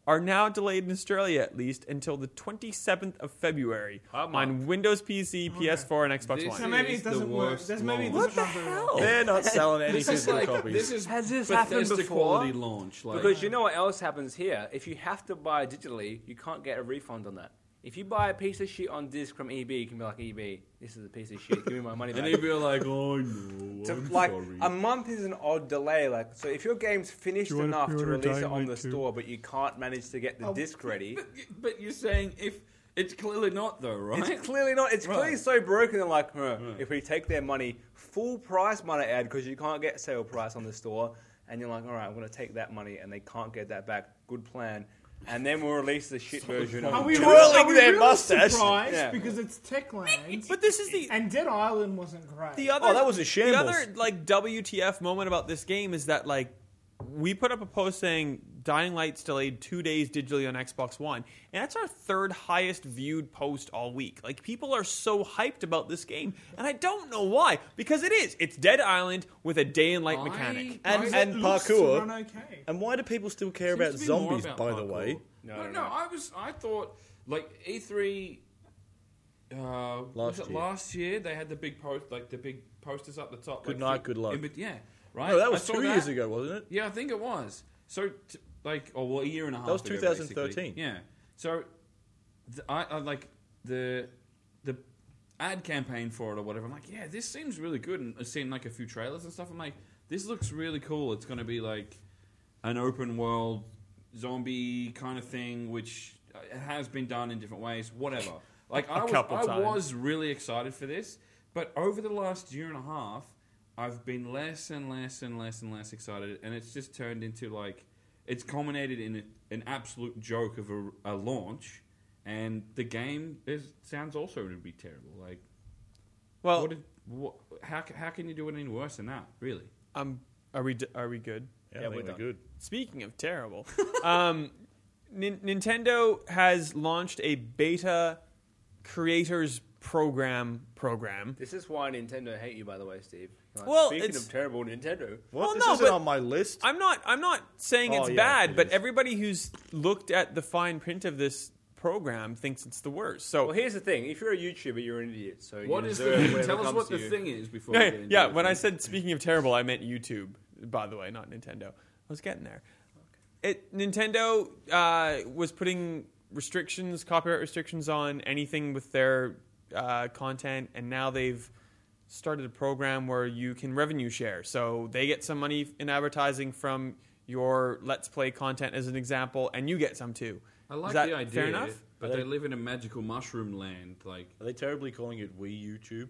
are now delayed in Australia at least until the 27th of February on Windows PC, PS4, and Xbox
This
One.
So maybe
is
it
the
doesn't work.
worst
That's maybe it
launch.
doesn't run very well.
Oh.
They're not selling any
this is
physical
like
copies.
this is
Has this happened
Bethesda
before?
quality launch. Like,
Because you know what else happens here? If you have to buy digitally, you can't get a refund on that. If you buy a piece of shit on disc from EB, you can be like, EB, this is a piece of shit. Give me my money
and
back.
they'd be like, "Oh no,
To-
I'm
like
sorry."
a month is an odd delay. Like so, if your game's finished
wanna
enough to
pre-order Oh,
release it
Dying
on
Light
the
2?
store, but you can't manage to get the disc ready,
But, but you're saying if it's clearly not though, right?
it's clearly not. It's clearly
Right. Hmm.
so broken. They're like, huh,
Right.
if we take their money, full price might I add, because you can't get sale price on the store, and you're like, all right, I'm going to take that money, and they can't get that back. Good plan. And then we'll release the shit version.
Are
of
we
it.
really,
Twirling
are we
their
really
mustache.
surprised
Yeah.
because it's Techland
But this is the
and Dead Island wasn't great.
the other
Oh, that was a shambles.
The other like WTF moment about this game is that like we put up a post saying Dying Light's delayed two days digitally on Xbox One, and that's our third highest viewed post all week. Like people are so hyped about this game, and I don't know why. Because it is. It's Dead Island with a day in light
I-
mechanic.
And-
Why is
and
it looks to
parkour.
run okay?
and why do people still care
Seems
about
to be
zombies?
more about
by the
parkour.
way,
No, no, I was. I thought like E three. Uh, was
Last
it
year.
last year they had the big post, like the big posters up the top.
Good
like,
night,
for-
good luck.
in bet- yeah, right.
no, that
I
was
saw
two
that.
years ago, wasn't it?
Yeah, I think it was. So, t- like, oh, well, a year and a half.
was
ago,
2013.
basically. Yeah. So, th I, I like the the ad campaign for it or whatever. I'm like, yeah, this seems really good, and I've seen like a few trailers and stuff. I'm like, this looks really cool. It's going to be like an open world zombie kind of thing, which uh, it has been done in different ways. Whatever. Like, I was,
couple
I
times.
was really excited for this, but over the last year and a half, I've been less and less and less and less excited, and it's just turned into like it's culminated in a, an absolute joke of a, a launch, and the game is sounds also to be terrible. Like,
Well,
what, did, what how ca- how can you do it any worse than that? Really?
um, are we d- are we good?
Yeah,
Yeah,
I
we're
think they're
done.
good.
Speaking of terrible, um, Nin- Nintendo has launched a beta creators program program
This is why Nintendo hate you, by the way, Steve. Like,
Well,
speaking
it's-
of terrible Nintendo,
What?
Well,
this
no,
isn't
but-
on my list.
I'm not. I'm not saying
Oh,
it's
yeah,
bad,
it
but
is.
everybody who's looked at the fine print of this program thinks it's the worst. So
well, here's the thing: if you're a YouTuber, you're an idiot. So
What
you
is
deserve
the,
whatever
tell us
comes
what
to
the
you.
thing is before?
yeah,
we get into
yeah,
it.
when I said speaking of terrible, I meant YouTube. By the way, not Nintendo. I was getting there. It Nintendo uh, was putting restrictions, copyright restrictions on anything with their uh, content, and now they've started a program where you can revenue share. So they get some money in advertising from your Let's Play content, as an example, and you get some too.
I like
Is that
the idea,
Fair enough.
but they live in a magical mushroom land, like.
Are they terribly calling it Wii YouTube?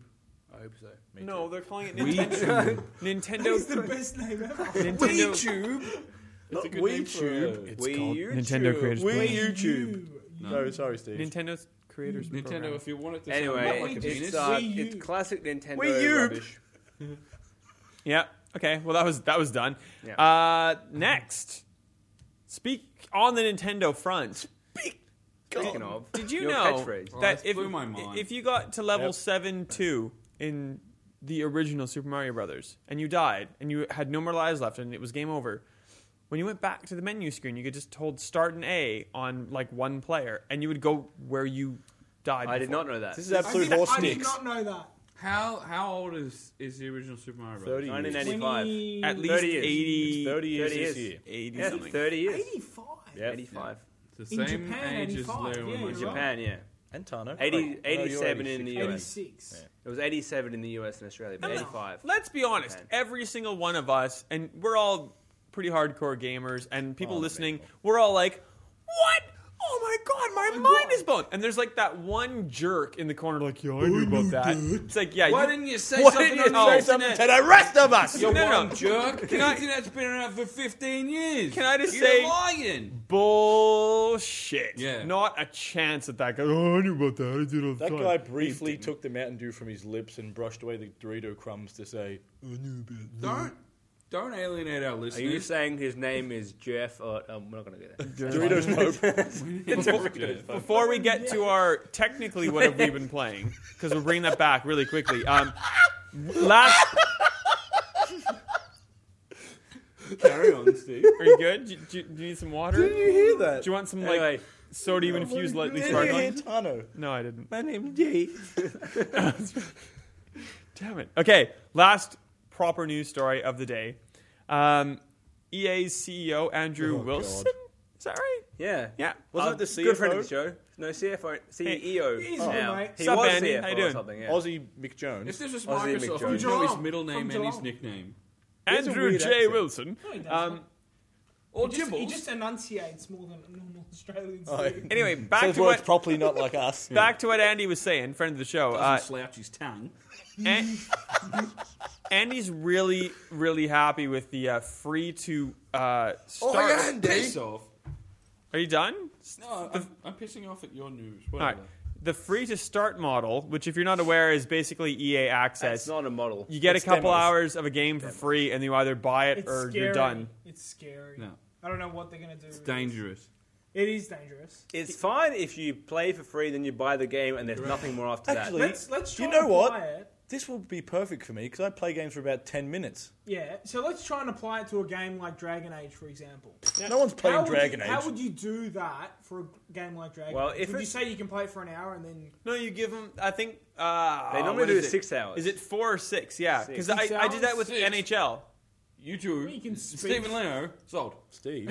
I hope so.
Me
No, they're calling it
We
Nintendo.
It's the
Nintendo.
best name ever.
Nintendo.
too. Not Wii Tube. It's
Wii
called
YouTube.
Nintendo creators. Wii
Wii YouTube.
You-
No, sorry, Steve.
Nintendo's creators.
Nintendo,
program.
if you wanted to, sound
Anyway,
not like a penis,
it's, uh,
Wii U.
it's classic Nintendo
Wii U.
rubbish.
Yeah. Okay. Well, that was that was done.
Yeah.
Uh, next, speak on the Nintendo front.
Speaking of,
Did you
your
know
catchphrase.
Oh,
that
that
if
blew my mind.
if you got to level
Yep.
seven two in the original Super Mario Brothers and you died and you had no more lives left and it was game over, when you went back to the menu screen, you could just hold start and A on like one player and you would go where you died.
I did
before.
not know that.
This is
I
absolute
did-
horse
I did
dicks.
not know that.
how how old is is the original Super Mario Bros?
30 years.
1980.
20
At least
30 years.
eighty.
It's 30 years
30
this
years.
year.
80
yeah,
something.
30 years.
85.
Yeah.
85.
It's the
In
same
Japan,
age as
85,
Leo
yeah,
and
you're
myself.
right.
Japan, yeah.
And Tano.
80
Oh, no, you're
87 in the
86.
US.
86.
Yeah.
It was 87 in the US and Australia, but
No, no.
85.
Let's be honest.
Okay.
Every single one of us, and we're all pretty hardcore gamers, and people
Oh,
listening,
man.
we're all like, "What? oh my god, my mind is blown. And there's like that one jerk in the corner, like, yo, I knew about that. It's like, yeah,
Why
you-
didn't you say
Why
something
didn't you
on
Oh,
the
say
internet?
to the rest of us.
No,
You
no,
one
no.
jerk.
Can
The
I-
internet's been around for 15 years.
Can I just
You're
say-
lying.
bullshit.
Yeah.
Not a chance at that guy. Oh, I knew about that. I did it all the
That
time.
guy briefly took the Mountain Dew from his lips and brushed away the Dorito crumbs to say, "I knew about that."
Don't don't alienate our
Are you
listeners.
saying his name is Jeff? Or, um, we're not going to get there.
Doritos Pope.
Before we get to our technically what have we been playing, because we'll bring that back really quickly. Um, last,
Carry on, Steve.
are you good? Do, do- do you need some water?
Did you hear
Do
that?
you want some like
Anyway,
soda you infused lightly
Did you hear
sparkling?
Tano?
No, I didn't.
My name's Jay.
Damn it. Okay, last proper news story of the day. Um, EA's CEO E Andrew
Oh,
Wilson.
God.
Is that right?
yeah.
Yeah.
Wasn't
Um,
it the
Good friend of
CFO?
E
the show. No, CFO. CEO.
He's
E now.
all right.
He
Sup,
was
Andy?
CFO
How you
or
doing?
something. Yeah.
Aussie Mick Jones.
If this was
Aussie
Microsoft,
McJones.
you know his
From
middle name and his
Geelong.
nickname.
He has a
Andrew
weird
J.
accent.
Wilson.
No, he doesn't.
Um,
he,
or
just, he
Jibbles.
just enunciates more than a normal Australians
Oh,
do.
Anyway, back
Says
to
words
what
properly, not like us.
back to what Andy was saying, friend of the show.
Doesn't
Uh,
slouch his tongue.
An- Andy's really, really happy with the uh, free to
Oh
uh,
Oh,
start.
Piss off.
Are you done?
No, I'm, I'm pissing off at your news.
All right.
Whatever.
The free to start model, which, if you're not aware, is basically EA
That's
access.
not a model.
you get a
it's
couple
demos.
hours of a game for free, and you either buy it
It's
or
scary.
you're done.
It's scary.
No.
I don't know what they're going to do.
It's dangerous.
It is dangerous.
It's fine if you play for free, then you buy the game, and there's nothing more after that.
Actually,
Let's let's try
you know
and
what?
apply it.
This will be perfect for me because I play games for about 10 minutes.
Yeah. So let's try and apply it to a game like Dragon Age, for example.
No one's playing
how would
Dragon Age.
you, How would you do that for a game like Dragon
Well,
Age?
if
would you
it's-
say you can play it for an hour and then
No, you give them. I think uh,
They normally
what
do
is
it six hours.
Is it four or six? Yeah, because I,
Six
I did that with
hours?
NHL.
You two,
We can speak.
Stephen Leno, sold.
Steve.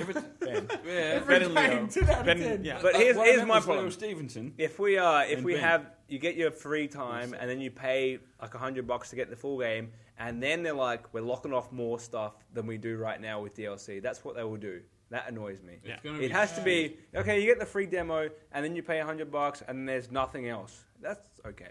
If it's,
Ben.
yeah.
every
Ben and Leo.
game ten out of
Ben-
ten?
yeah.
But here's-
one
here's
of them
my
uh, was Leo
problem.
Stevenson.
If we uh, if
And
we
Ben.
have you get your free time and then you pay like hundred bucks to get the full game, and then they're like, we're locking off more stuff than we do right now with DLC. That's what they will do. That annoys me.
Yeah.
gonna
It
be-
has to be okay. You get the free demo, and then you pay hundred bucks, and there's nothing else. That's okay.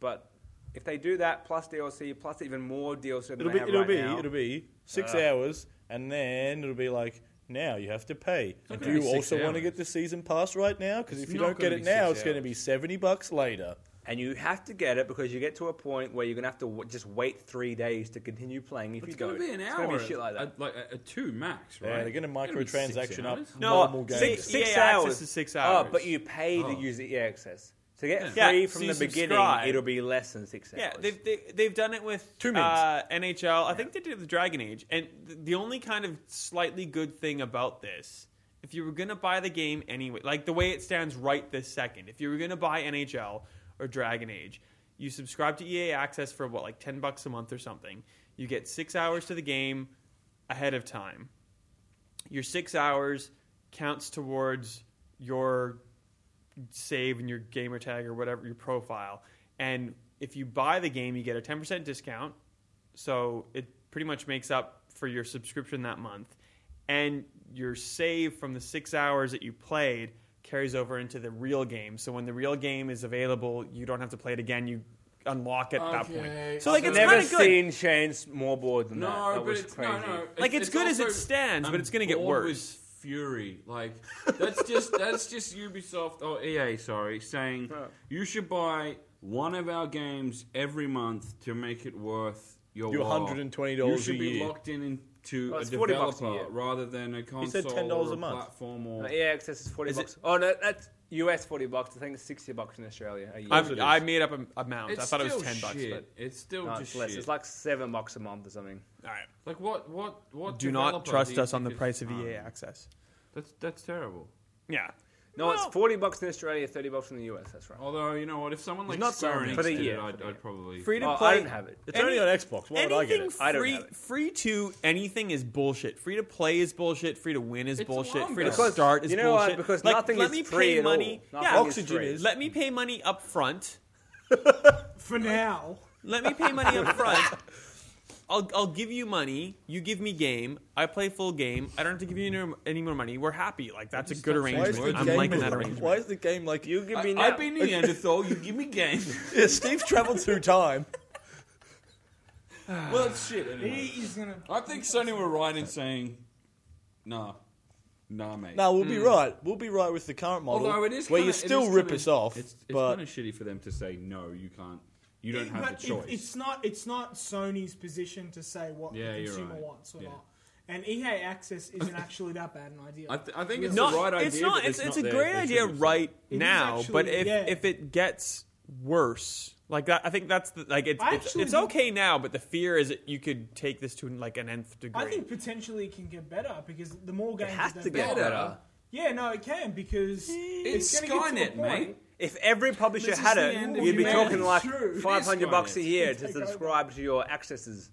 But if they do that plus DLC plus even more DLC, than
It'll
they
be,
have
it'll
right
be,
now,
it'll be six
Ah.
hours, and then it'll be like now you have to pay. And do
gonna
you
be six
also want to
hours.
get the season pass right now? Because
It's
if you
not
don't get
gonna
it
be
now,
six
it's going to
hours.
be seventy bucks later.
and you have to get it because you get to a point where you're gonna have to w- just wait three days to continue playing if
It's
you don't.
going to be an hour.
It's gonna be shit like that.
A, like a, a two max, right?
Yeah, they're gonna
It's gonna be six
microtransaction up.
hours.
No,
Normal
six,
games.
six
Six
hours.
hours.
is six hours.
Oh, but you pay
Oh.
to use the EA access. To get
Yeah.
free
Yeah,
from
so you
the beginning,
subscribe.
it'll be less than six hours.
Yeah, they've they, they've done it with
Two minutes.
Uh, NHL. I think they did it with Dragon Age. And th- the only kind of slightly good thing about this, if you were gonna buy the game anyway, like the way it stands right this second, if you were gonna buy NHL or Dragon Age, you subscribe to EA Access for what like ten bucks a month or something. You get six hours to the game ahead of time. Your six hours counts towards your save and your gamer tag or whatever your profile. And if you buy the game, you get a 10% discount. So it pretty much makes up for your subscription that month. And your save from the six hours that you played carries over into the real game. So when the real game is available, you don't have to play it again. You unlock it at that
Okay,
point. So, like,
so-
it's
never
kind of good.
seen Shane's more bored than that.
No,
that
but
was
it's
crazy.
no, no.
Like, it's good as it
also-
stands, but
I'm
it's gonna get
bored
worse.
With fury, like that's just that's just Ubisoft or EA, sorry, saying
Yeah.
you should buy one of our games every month to make it worth your
Your
while.
$120
You
a
should be
year.
locked in into
Well,
a
it's 40 bucks a
developer
year.
rather than a console
said $10
or
a month.
platform or
No, E EA access is forty
Is it-
bucks. Oh no, that's US forty bucks. I think it's sixty bucks in Australia. A year.
I've, I made up a amount. I thought it was
still
10 bucks,
shit.
but
it's still
No,
just
it's less.
shit.
It's like seven bucks a month or something.
all right.
Like, what what what?
Do not
developer do
trust
you um,
us on the
think is-
price of E
No.
EA access.
That's that's terrible.
Yeah.
No, it's forty bucks in Australia, thirty bucks in the US. That's right.
Although you know what, if someone like
not
Square
selling
Enix
it.
For the
E
did
year,
it,
for
I'd,
the year.
I'd probably
Free to
Oh,
play.
I didn't have it.
It's only on Xbox. Why would I get
anything
it?
free,
I don't have it.
free to anything is bullshit. Free to play is bullshit. Free to win is
It's
bullshit.
long
Free to
because-
start is
you know what?
bullshit.
Because
Like,
nothing
let
is
me
free
pay
at all.
money.
Nothing
Yeah,
is
Oxygen
free.
is.
Let me pay money up front.
For now,
Let me pay money up front. I'll, I'll give you money. You give me game. I play full game. I don't have to give you any, any more money. We're happy. Like that's a good arrangement. I'm liking that arrangement.
Why is the game like you give
I, I've been Neanderthal. you give me game.
Yeah, Steve traveled through time.
well, it's shit anyway.
He's gonna.
I think Sony were right in saying, nah, nah, mate.
No, we'll be right. We'll be right with the current model,
Although it is
where
kinda,
you still
it is
rip
kinda,
us off,
It's, it's
but
kind of shitty for them to say no. You can't. You don't have
but
the
it-
choice.
it's not. It's not Sony's position to say what
Yeah,
the
you're
consumer
right.
wants or
Yeah.
not. And EA Access isn't actually that bad an idea.
I, th- I think it's
No,
the right idea.
it's not.
but
It's, it's a
not there.
great
They
idea
shouldn't have
right
It is
now, but
actually-
if
yeah.
if it gets worse, like that, I think that's the, like it's
I
it's,
actually
it's
think-
okay now, but the fear is that you could take this to like an nth degree.
I think potentially it can get better because the more games
has
that
to
they
get
buy-
better.
Yeah, no, it can because
It's
gonna get to a
Skynet,
point-
mate.
If every publisher
This is
had
the
it,
end of
you'd be
humanity.
talking like
True. It is
500 bucks a
Skynet.
year
It's
to
gonna take
subscribe to your accesses.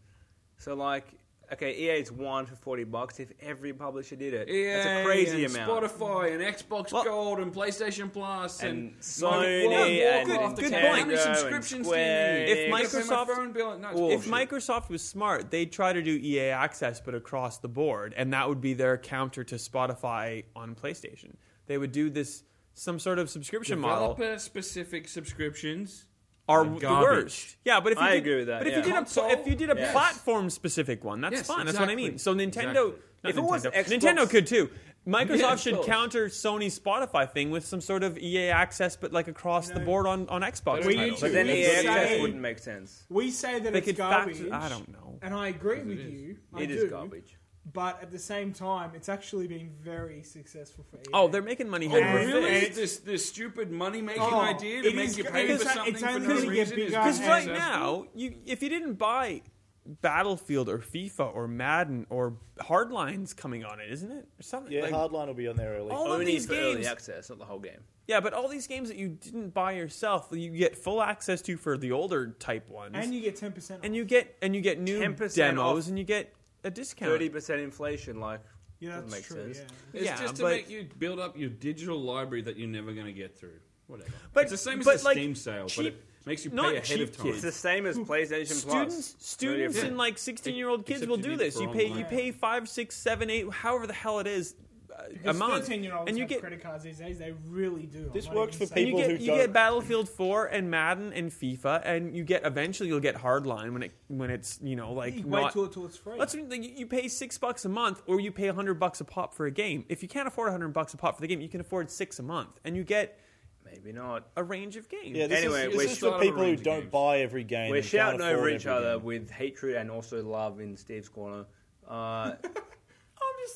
So, like, okay, EA's one for 40 bucks. If every publisher did it, that's a
E
EA
crazy
E and
amount.
Spotify and Xbox
Well-
Gold and PlayStation Plus and,
And
Modern
Sony
Warfare,
and
Warcraft,
Good
account, how
point.
many
Nintendo and
subscriptions do you
Square
need?
If
If Microsoft,
Microsoft-
phone bill, no,
if
it's bullshit.
Microsoft was smart, they'd try to do EA access, but across the board, and that would be their counter to Spotify on PlayStation. They would do this some sort of subscription model.
developer specific subscriptions
are
Like
the
garbage.
worst. Yeah, but if you
I
did,
agree with that,
But if
yeah.
you did a pl- if you did a
Console?
platform specific one, that's
Yes,
fine. That's what I
exactly.
mean. So Nintendo,
Exactly.
not
If it was
Nintendo,
Xbox-
Nintendo could too. Microsoft
Yeah, of
should
course.
counter Sony's Spotify thing with some sort of EA access, but like across the
No.
board on, on Xbox. titles.
We need to-
But then
Let's
EA access
say-
wouldn't make sense.
we say that
They
it's
could
garbage.
factor. I don't know.
And I agree with
it is.
you. I
It
do,
is garbage.
But at the same time, it's actually been very successful for E EA.
Oh, they're making money
Oh,
hand over
really?
fist.
really? It's this, this stupid money making
Oh,
idea to
it
make
is-
you
it
pay
is-
for something
it's
for
only
no
gonna get
reason. is
bigger
business
Because right
successful.
now, you if you didn't buy Battlefield or FIFA or Madden or Hardlines coming on it, isn't it? Or something.
yeah,
like,
Hardline will be on there early. Oh,
all of
Only
these
for
games
early access, not the whole game.
Yeah, but all these games that you didn't buy yourself, you get full access to for the older type ones,
and you get ten percent.
And you get and you get new
10% off.
demos, and you get a discount.
Thirty percent inflation, like
yeah,
doesn't
that's
make
true.
sense.
Yeah.
It's
Yeah,
just to
but-
make you build up your digital library that you're never going to get through. Whatever.
But-
it's the same as
but,
the
like,
Steam sale,
cheap-
but it makes you
not
pay ahead
cheap
of time.
It's the same as PlayStation
Students,
Plus.
students,
different.
and like sixteen-year-old kids
Except
will
you
do
need it
this.
for
You pay, you
online.
pay five, six, seven, eight, however the hell it is, uh, a
Because
month,
thirteen-year-olds
and you
have
get
credit cards these days. They really do. I'm
This
not
works
even
and
for
saying-
you
people
get
who
you get
don't-
Battlefield Four and Madden and FIFA, and you get eventually you'll get Hardline when it when it's you know like
You
not,
wait till, till it's free.
Let's you- you pay six bucks a month, or you pay a hundred bucks a pop for a game. If you can't afford a hundred bucks a pop for the game, you can afford six a month, and you get
Maybe not.
a range of games.
Yeah, this
Anyway,
is,
we're
this is for
starting
people
a
who
range of
don't
games.
buy every game.
We're
and can't
shouting over
afford
each
every
other
game.
with hatred and also love in Steve's corner. Uh,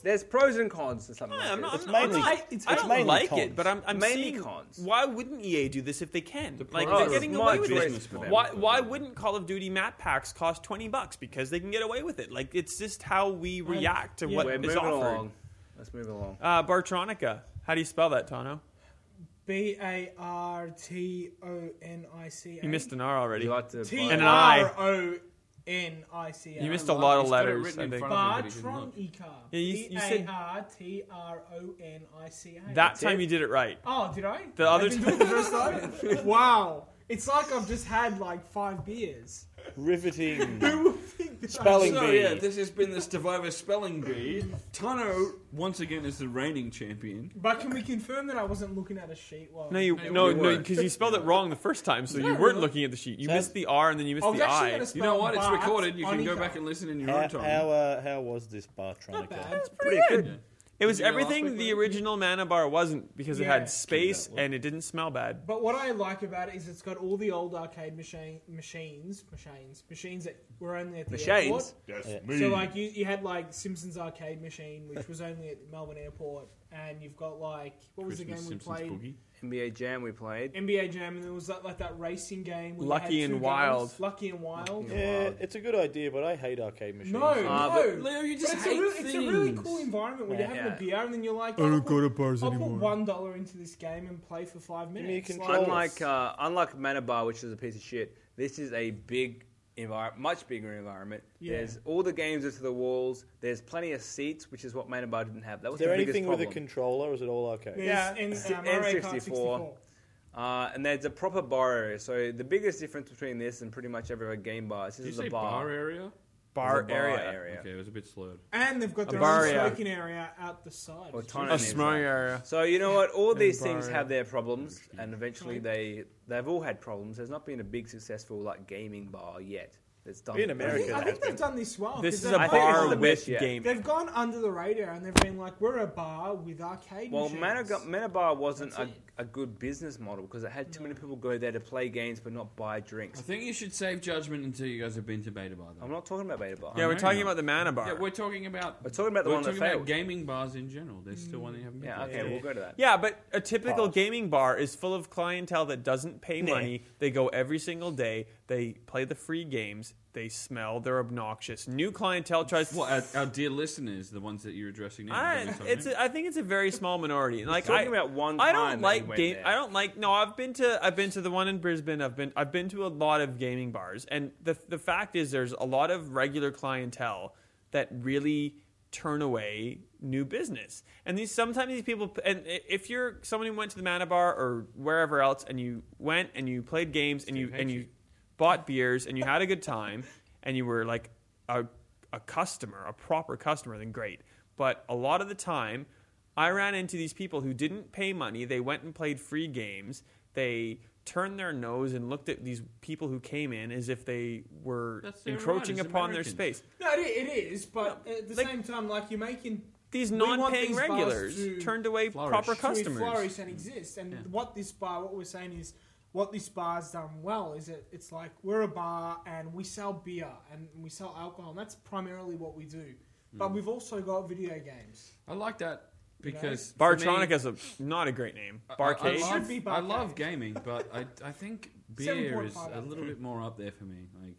there's pros and cons to something.
Yeah,
like
I'm not,
this.
I'm
It's
not- I'm
mainly-
not-
it's-
I
it's
don't
mainly
like
cons.
it, but I'm, I'm
Mainly
seeing
cons.
why wouldn't EA do this if they can? like
product
they're
is
getting
my
away with
business
it.
for them.
Why, why wouldn't Call of Duty map packs cost twenty bucks because they can get away with it? Like it's just how we react to
yeah.
what
We're
is
moving
offered.
along. Let's move along.
Uh, Bartronica, how do you spell that, Tano?
B A R T O N I C A.
You missed an R
Would
already.
you like to?
T
And an
buy-
I.
R O N I C A.
You missed a lot of
He's got it
letters.
written
I
in
think.
front of him, but he didn't look.
Bartronica.
Yeah, you- you said-
B A R T R O N I C A.
That time you did it right.
Oh, did I?
The other
I didn't do it the first time. wow. It's like I've just had like five beers.
riveting
Who would think that I-
spelling
So
bee.
yeah, this has been the Survivor Spelling Bee. Tano once again is the reigning champion.
But can we confirm that I wasn't looking at a sheet while
No, you
No, you
no
weren't.
no because you spelled it wrong the first time, so you weren't looking at the sheet. You
So-
missed the R and then you missed
I was
the
actually
I.
gonna
You know what? It's
Bart
recorded. You can go
Onika.
back and listen in your
How,
own
how,
time.
uh, how was this Bartronica?
Not bad.
pretty good. It was
Did you do it last
everything
week,
the
Liam?
original Manabar wasn't because it
Yeah.
had space and it didn't smell bad.
But what I like about it is it's got all the old arcade machine, machines, machines, machines that were only at the
Machines?
That's
Yeah.
me.
Mm.
airport. So like you, you had like Simpsons arcade machine, which was only at Melbourne Airport, and you've got like what
Christmas
was the game
Simpsons
we played?
boogie.
NBA Jam we played.
NBA Jam, and there was that, like that racing game. where you
Lucky
had two
and Wild.
guns. Lucky and Wild.
Yeah, it's a good idea, but I hate arcade machines.
No,
Ah,
no.
but Leo, you
But
just
it's,
hate
a really, it's a really
things.
cool environment where you're having
Yeah.
a beer and then you're like, I don't go to bars I'll
anymore."
put one dollar into this game and play for five
me a
minutes. Like,
controller.
Unlike uh, unlike Manabar, which is a piece of shit, this is a big environment, much bigger environment.
Yeah.
There's all the games are to the walls. There's plenty of seats, which is what Manabar didn't have. That was
Is there
the biggest
anything with a
problem.
controller? Or is it all arcade?
yeah, and,
It's
um, Mario Kart
N64.
64.
Uh, and there's a proper bar area. So the biggest difference between this and pretty much every other game bar is this
Did you
is a
say
bar.
bar area?
bar,
There's a bar
area.
area.
Okay, it was a bit slurred.
And they've got
A
their
bar
own
area.
smoking area out the side.
Or
It's
tiny
A
just-
means
smoking
that.
area.
So you know what? All these
bar
things
area.
have their problems, and eventually they they've all had problems. There's not been a big successful like gaming bar yet. That's done.
In
I think,
America,
I think
that's
they've
been-
done this well.
This
'cause
is a
they've
I think
gone-
this
bar
is the
with
best yet.
game.
They've gone under the radar and they've been like, we're a bar with arcade
Well,
machines.
Managa- Manabar wasn't
That's
a,
it.
a good business model because it had too many people go there to play games but not buy
I
drinks.
think you should save judgment until you guys have been to Beta Bar.
I'm
Though.
not talking about Beta Bar.
Yeah,
I
we're
know
talking
you're
about the Mana
Yeah,
bar.
we're talking about.
We're talking about the
we're
one that
talking about
failed.
gaming bars in general. There's still one that you haven't.
Yeah,
been to.
okay, we'll go to that.
Yeah, but a typical
Bar.
gaming bar is full of clientele that doesn't pay money. They go every single day. They play the free games. They smell. They're obnoxious. New clientele tries.
Well, our, our dear listeners, the ones that you're addressing now.
I,
probably
it's
something.
a, I think it's a very small minority. And, Like
talking
I,
about one
I
time
don't
that you
like
went
game.
there.
I don't like. No, I've been to I've been to the one in Brisbane. I've been I've been to a lot of gaming bars, and the the fact is there's a lot of regular clientele that really turn away new business. And these sometimes these people and i- if you're someone who went to the Mana Bar or wherever else, and you went and you played games and you and you bought beers and you had a good time and you were like a a customer, a proper customer, then great. But a lot of the time, I ran into these people who didn't pay money. They went and played free games. They turned their nose and looked at these people who came in as if they were
That's their
encroaching
right, as
upon
Americans.
their space.
No, it, it is, but at the
like-
same time, like, you're making.
These
We want
non-paying
these bars
regulars
to-
turned away
flourish.
proper
to
customers.
flourish and exist. And what this bar, what we're saying is, what this bar's done well is that it's like we're a bar and we sell beer and we sell alcohol, and that's primarily what we do.
Hmm.
But we've also got video games.
I like that because
Bartronic
for me-
is a, not a great name.
I- I-
Barcade.
I, love,
Should be
I love
barcade.
gaming, but I I think beer is
7.5
a little bit more up there for me. Like,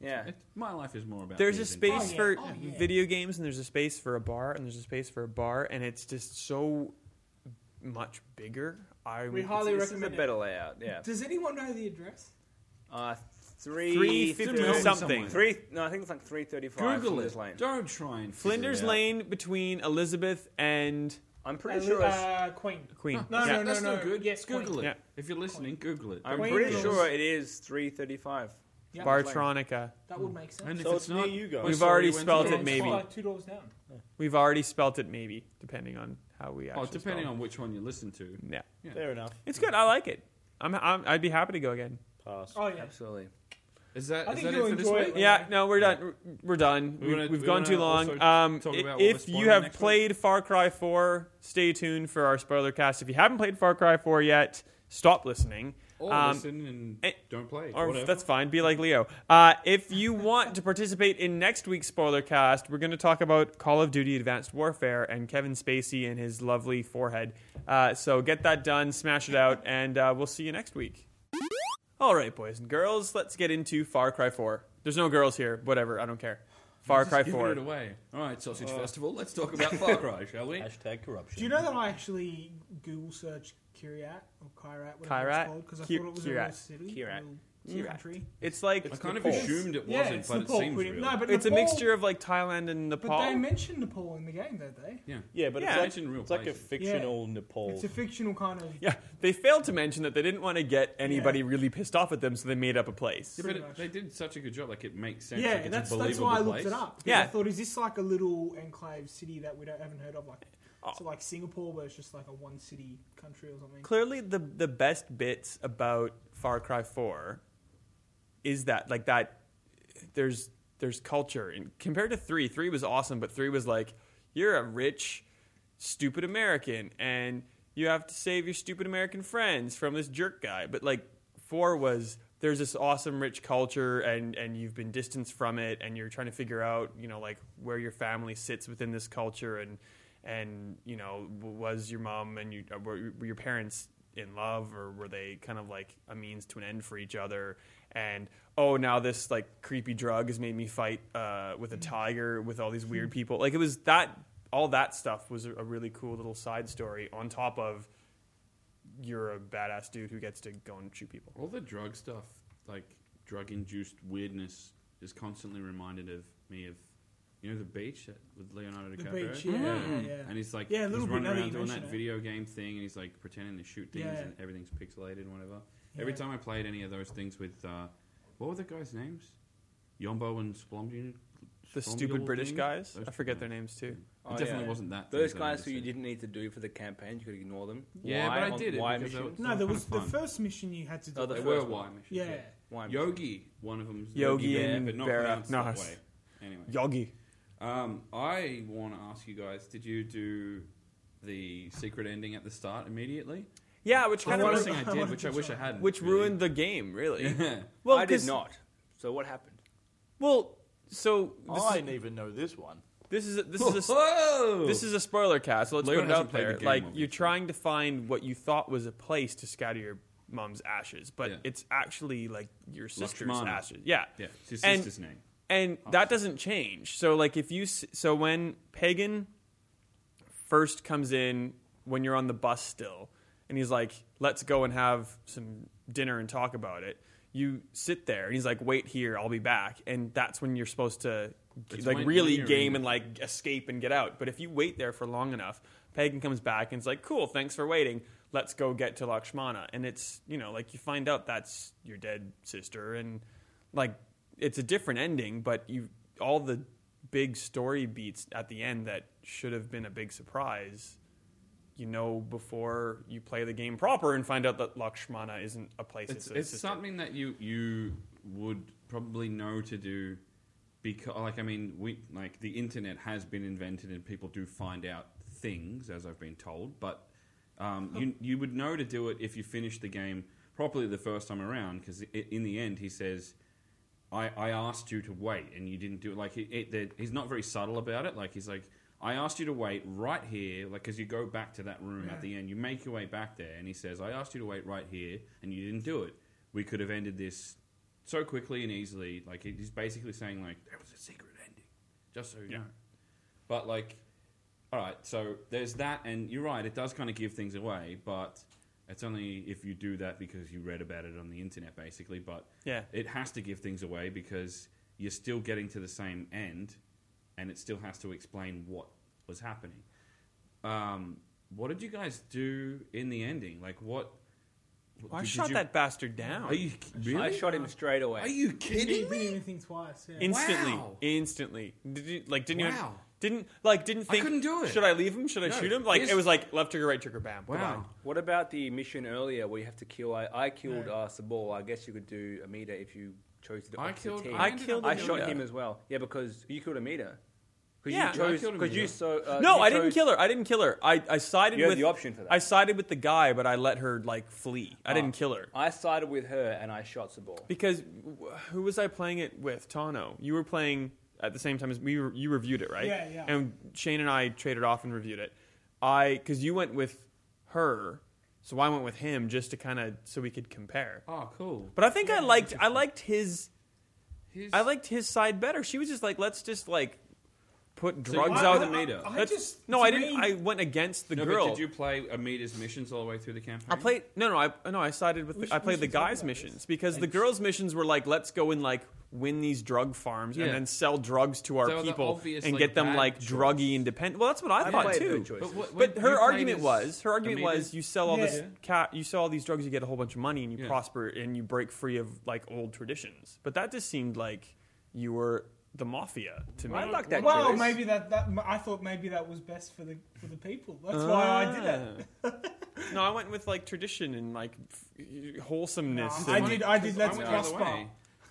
Yeah.
it, my life is more about.
there's
beer
a
than-
space
Oh, yeah.
for
Oh, yeah.
video games and there's a space for a bar and there's a space for a bar and it's just so much bigger i
We
would
highly
consider-
This is a
recommend it.
better layout, yeah.
Does anyone know the address?
Uh, three,
350
350
something
somewhere.
Three, no, I think it's like 335
Google
Flinders
it.
Lane.
Don't try and.
flinders
Yeah.
lane between elizabeth and
I'm
Uh,
pretty sure it's,
uh, Queen.
queen
No, no, no,
that's
no.
not good.
Yes,
Google
Yeah.
it. If you're listening, Google it.
I'm
Wayne
pretty
Mills.
sure it is 335.
Yeah,
bartronica
That would make sense.
And if
So
it's
it's near
not,
you guys.
we're
We've
sorry,
already
we went to
spelled
the
it,
wrong
It's
maybe.
spot.
like two doors down.
we've already spelt it maybe depending on how we actually
Oh, depending
spell
on which one you listen to.
it. yeah
Fair enough.
it's good i like it I'm, I'm, i'd be happy to go again
Pass.
Oh yeah.
Absolutely.
Is that,
I
is
think
that
you'll
it for this
enjoy
week?
it when
Yeah,
Okay.
no, we're done. We're done.
We
We
wanna-
have
we
gone too
wanna
long.
also
Um,
talk
i-
about what we're
if
spoiling
you have
next week?
played Far Cry 4, stay tuned for our spoiler cast. If you haven't played Far Cry 4 yet, stop listening.
Or
Um,
listen and
eh,
don't play.
or
whatever.
that's fine. Be like Leo. Uh, if you want to participate in next week's spoiler cast, we're going to talk about Call of Duty: Advanced Warfare and Kevin Spacey and his lovely forehead. Uh, so get that done, smash it out, and uh, we'll see you next week. All right, boys and girls, let's get into Far Cry 4. There's no girls here. Whatever, I don't care. Far
Just
Cry
giving
4.
it away. All right, Sausage Festival. Let's talk about Far Cry, shall we?
Hashtag corruption.
Do you know that I actually Google searched Kirat or Kirat? whatever
Kirat?
it's called, Because I
Ki-
thought it was a
Kirat.
real city,
Kirat.
a real
Kirat.
country.
It's like
I kind of
Nepal.
assumed it
Yeah,
wasn't,
it's
but
Nepal,
it seems
pretty-
real.
No, but
It's a
Nepal-
mixture of like Thailand and Nepal.
But they mentioned Nepal in the game, don't they?
yeah.
Yeah, but
Yeah.
it's,
Imagine
like,
real
it's like a
places.
fictional Nepal.
It's a fictional kind of.
yeah, they failed to mention that they didn't want to get anybody really pissed off at them, so they made up a place.
Yeah, but
Pretty
it,
much.
they did such a good job. Like it makes sense. like,
Yeah,
it's a
that's that's why I
believable
looked
place.
it up. because
Yeah.
I thought, is this like a little enclave city that we don't haven't heard of, like
Oh.
so like Singapore, where it's just like a one city country or something?
clearly the the best bits about Far Cry 4 is that like that there's there's culture and compared to 3 3 was awesome but 3 was like you're a rich stupid American and you have to save your stupid American friends from this jerk guy but like 4 was there's this awesome rich culture and and you've been distanced from it and you're trying to figure out you know like where your family sits within this culture and and you know w- was your mom and you uh, were, were your parents in love or were they kind of like a means to an end for each other and oh now this like creepy drug has made me fight uh, with a tiger with all these weird people like it was that all that stuff was a a really cool little side story on top of you're a badass dude who gets to go and shoot people
All the drug stuff, like drug-induced weirdness, is constantly reminded of me of. You know the beach that, with Leonardo
The
DiCaprio, Mm.
beach, yeah, yeah, yeah.
and he's like,
Yeah, a
he's
little bit
running
now that
around
you
doing
mention
that
it.
video game thing, and he's like pretending to shoot things,
Yeah.
and everything's pixelated and whatever. Every
Yeah.
time I played any of those things with, uh, what were the guys' names? Yombo and Splomb
The stupid
Formidable
British
thing?
guys.
Those-
I forget their names too.
It
Oh,
Oh,
definitely wasn't that.
Those
thing, so I
guys who you
didn't
didn't need to do for the campaign, you could ignore them.
see it. Yeah,
Why
but I
on-
did it
Why
because
mission?
that was-
No, there
that
was the
kind of fun.
first mission you had to do.
Oh, the
They
first
were
one.
Y missions.
yeah.
Why mission?
Yogi, one of them.
Yogi and
but not
Berra.
pronounced that
Nice.
way. Anyway,
Yogi.
um, I want to ask you guys: Did you do the secret ending at the start immediately?
Yeah, which
The
kind
first
of
thing I
I
did,
wanted
which
to
I wish I
try.
hadn't.
which
really.
ruined the game, really.
Yeah.
Well,
I did
'cause-
not. So what happened?
Well, so this
I
is
didn't even know this one.
this is a, this is a
Whoa!
This is a spoiler cast, so let's
Leo
put it
hasn't
out
played the
there.
game,
like
obviously.
you're trying to find what you thought was a place to scatter your mom's ashes, but
Yeah.
it's actually like your sister's
Lakshmana.
ashes. Yeah,
Yeah, it's his
And-
sister's name.
and that doesn't change. So like if you s- so when Pagan first comes in when you're on the bus still, and he's like, "Let's go and have some dinner and talk about it." You sit there, and he's like, "Wait here, I'll be back." And that's when you're supposed to
It's
like
when-
really
when you're in-
game and like escape and get out. But if you wait there for long enough, Pagan comes back and is like, "Cool, thanks for waiting." Let's go get to Lakshmana, and it's you know like you find out that's your dead sister, and like it's a different ending, but you all the big story beats at the end that should have been a big surprise. You know before you play the game proper and find out that Lakshmana isn't a place.
It's,
a
it's
sister.
something that you you would probably know to do because, like, I mean, we like the internet has been invented and people do find out things, as I've been told. But um, you you would know to do it if you finished the game properly the first time around, because in the end he says. I, I asked you to wait and you didn't do it. Like, he, it, that- he's not very subtle about it. Like, he's like, I asked you to wait right here. Like, because you go back to that room at the end, you make your way back there, and he says, I asked you to wait right here and you didn't do it. We could have ended this so quickly and easily. Like, he- he's basically saying, like, there was a secret ending, just so you know. But, like, all right, so there's that, and you're right, it does kind of give things away, but. It's only if you do that because you read about it on the internet, basically. But
Yeah.
it has to give things away because you're still getting to the same end and it still has to explain what was happening um, what did you guys do in the ending like what
Well, I
did
shot
you-
that bastard down
are you really
I shot him straight away.
are you
He
kidding
didn't
me
do anything twice. Yeah.
instantly?
Wow.
Instantly, did you, like didn't you
Wow.
didn't like didn't
I
think
couldn't do it.
Should I leave him? Should I
No,
shoot him? Like
his-
it was like left trigger, right trigger, bam. goodbye.
wow
What about the mission earlier where you have to kill? I, I killed uh, Sabal. I guess you could do Amida if you chose to do
I
opposite
killed-
team.
I
I
ended
killed.
up
I
the
shot
dude.
him as well. Yeah, because you killed Amida. Because
Yeah.
you
No, I
chose.
killed
Because you
Amida.
so. Uh,
No,
you
I didn't
chose-
kill her. I didn't kill her. I, I sided
You had
with
the option for that. Ah.
I sided with the guy, but I let her like flee. I didn't kill her
I sided with her and I shot Sabal.
because wh- who was I playing it with? Tano, you were playing at the same time as we. Were, you reviewed it, right?
Yeah, yeah.
And Shane and I traded off and reviewed it. I because you went with her, so I went with him just to kind of so we could compare.
oh cool
But I think I liked I liked his
His-
I liked his side better. She was just like, let's just like put
So you
drugs
went
out.
with Amida.
I
That's-
just-
no,
to
I didn't.
me-
I went against the
no,
girl.
but did you play Amida's missions all the way through the campaign?
I played no no I no I sided with
We
the,
should-
I
we
played the
should talk
guys
about
missions
this.
because the girls missions were like let's go and like win these drug farms
Yeah.
and then sell drugs to our
They were the
people
obvious,
and
like,
get them
bad
like
choice.
druggy independent. Well, that's what I,
I
thought
played her
too.
choice.
But, what,
But
what-
her
you
argument
played as
was her argument
Amida?
was you sell all this
Yeah.
cat you sell all these drugs you get a whole bunch of money and you
Yeah.
prosper and you break free of like old traditions. But that just seemed like you were the mafia to me.
I like that
Well,
choice.
maybe that, that I thought maybe that was best for the for the people. That's why I did it.
Ah. no, I went with like tradition and like f- wholesomeness.
No, I
and-
did- I did Let's
went the other
Prosper.
way.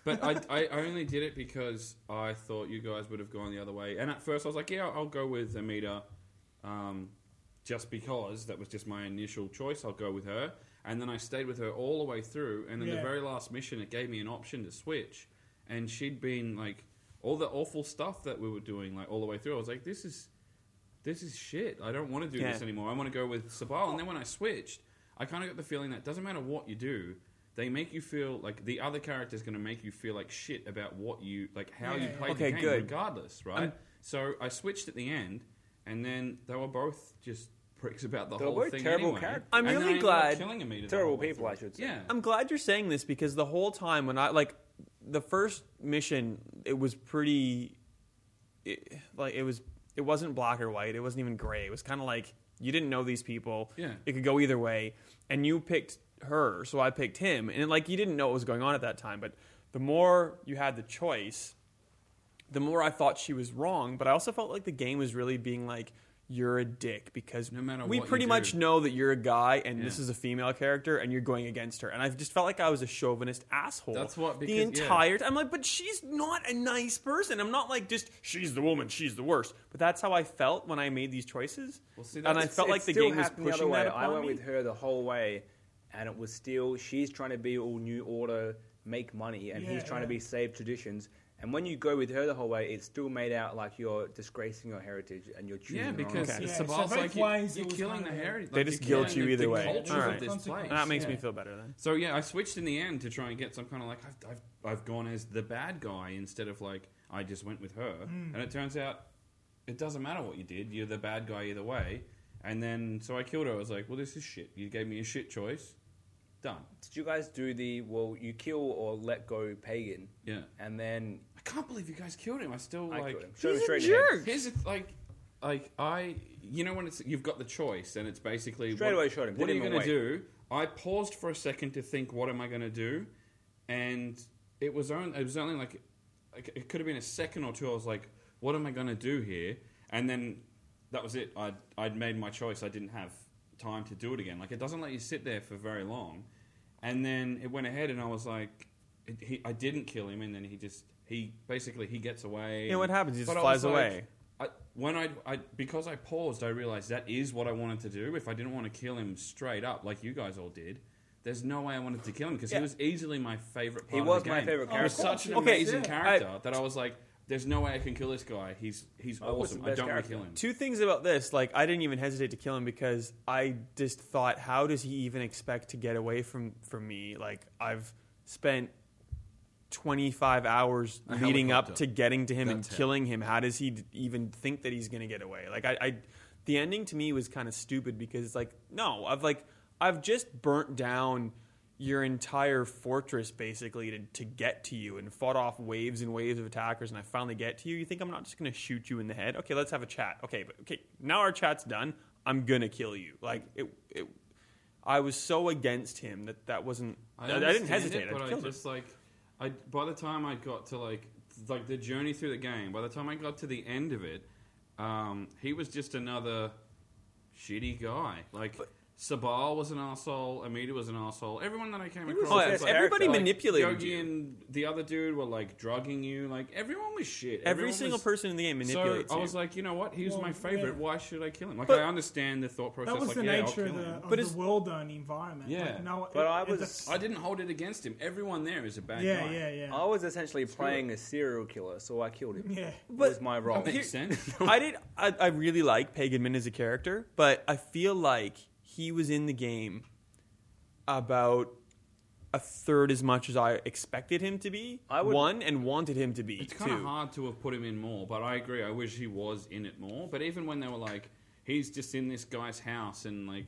But I, I only did it because I thought you guys would have gone the other way. And at first I was like, yeah, I'll go with Amita um, just because that was just my initial choice. I'll go with her. And then I stayed with her all the way through. And then the
Yeah.
very last mission, it gave me an option to switch. And she'd been like, all the awful stuff that we were doing, like all the way through, I was like, this is. This is shit. I don't want to do
Yeah.
this anymore. I want to go with Sabal. And then when I switched, I kind of got the feeling that doesn't matter what you do, they make you feel like the other character's going to make you feel like shit about what you like how you
Yeah.
play the
Okay,
game,
good.
regardless, right? so I switched at the end, and then they were both just pricks about the
They were
whole
both
thing.
terrible
anyway.
characters.
I'm
And then
really
I ended up
glad-
killing Amita the
Terrible
whole way
people, I
through.
should say.
Yeah,
I'm glad you're saying this because the whole time when I like the first mission, it was pretty it, like it was it wasn't black or white. It wasn't even gray. It was kind of like you didn't know these people.
Yeah.
it could go either way, and you picked her, so I picked him, and like you didn't know what was going on at that time. But the more you had the choice, the more I thought she was wrong, but I also felt like the game was really being like, you're a dick because
No matter
we
what you
pretty
do.
much know that you're a guy and this
Yeah.
is a female character and you're going against her. And I just felt like I was a chauvinist asshole.
That's what-
the
because- yeah.
entire time. I'm like, but she's not a nice person. I'm not like just she's the woman, she's the worst. But that's how I felt when I made these choices.
Well, see,
and I
that's-
felt like
It
the
still
game was
happened the other
pushing
way.
that upon
I went
me.
with her the whole way, and it was still she's trying to be all new order, make money, and
Yeah,
he's trying to
yeah.
be save traditions. And when you go with her the whole way, it's still made out like you're disgracing your heritage and you're choosing.
Yeah,
the wrong
because
Okay.
it's
Yeah, so
Sabal's
both
like you,
ways it
you're
was
killing the
kinda-
heritage.
They just guilt you either way.
Cultures
Alright.
of this place.
Consequences.
And that makes me
Yeah.
feel better then.
So yeah, I switched in the end to try and get some kind of like I've, I've I've gone as the bad guy instead of like I just went with her,
Hmm.
and it turns out it doesn't matter what you did, you're the bad guy either way. And then so I killed her. I was like, well, this is shit. You gave me a shit choice. Done.
Did you guys do the well? You kill or let go pagan,
Yeah.
and then
I can't believe you guys killed him. I still
I
like.
killed him. Shot him straight in the head.
jerk.
Here's the th- like, like I, you know, when it's you've got the choice and it's basically
Straight
what,
away shot him.
What are
Didn't
you
even
going to
wait.
do? I paused for a second to think, what am I going to do? And it was only it was only like, like it could have been a second or two. I was like, what am I going to do here? And then that was it. I'd I'd made my choice. I didn't have time to do it again. Like it doesn't let you sit there for very long. And then it went ahead, and I was like, it, he, I didn't kill him, and then he just he basically he gets away.
Yeah, what happens? He
But
just
I
flies
was like-
away.
I, when I, I because I paused, I realized that is what I wanted to do. If I didn't want to kill him straight up, like you guys all did, there's no way I wanted to kill him because
Yeah.
he was easily my favorite. Part
He
of
was
the
my
game.
favorite
He was
character.
such an
Okay,
amazing
yeah.
character that I was like, "There's no way I can kill this guy. He's he's
I was the
awesome. I
best
don't want to
character.
kill him."
Two things about this, like I didn't even hesitate to kill him because I just thought, how does he even expect to get away from from me? Like I've spent twenty five hours
A
leading up
helicopter.
to getting to him and
That's it.
killing him. How does he d- even think that he's going to get away? Like I, I, the ending to me was kind of stupid because it's like no, I've like I've just burnt down your entire fortress basically to, to get to you and fought off waves and waves of attackers and I finally get to you. You think I'm not just going to shoot you in the head? Okay, let's have a chat. Okay, but okay, now our chat's done. I'm going to kill you. Like it, it I was so against him that that wasn't I, I didn't
understand
hesitate.
it, but
I
I
killed him.
just like, I by the time I got to like, like the journey through the game. By the time I got to the end of it, um, he was just another shitty guy. Like Sabal was an asshole. Amita was an asshole. Everyone that I came across,
Oh,
was
yes,
like-
everybody
like,
manipulated
Yogi
you.
and the other dude were like drugging you. Like everyone was shit.
Every
Everyone
single
was-
person in the game
So
manipulates
I
you.
was like, you know what? He was
Well,
my favorite.
yeah.
Why should I kill him? Like
But-
I understand the thought process.
That was
like,
the
yeah, I'll
nature of
kill
the,
him.
of
But
the
it's-
world own environment.
Yeah.
Like, no,
But
it-
I
it-
was-
it's-
I didn't hold it against him. Everyone there is a bad
yeah,
guy.
yeah, yeah,
I was essentially playing a serial killer, so I killed him.
yeah.
But-
was my role.
That makes sense.
I did. I, I really like Pagan Min as a character, but I feel like he was in the game about a third as much as I expected him to be.
I would-
one and wanted him to be.
It's kind of
two.
hard to have put him in more, but I agree. I wish he was in it more. But even when they were like, he's just in this guy's house and like,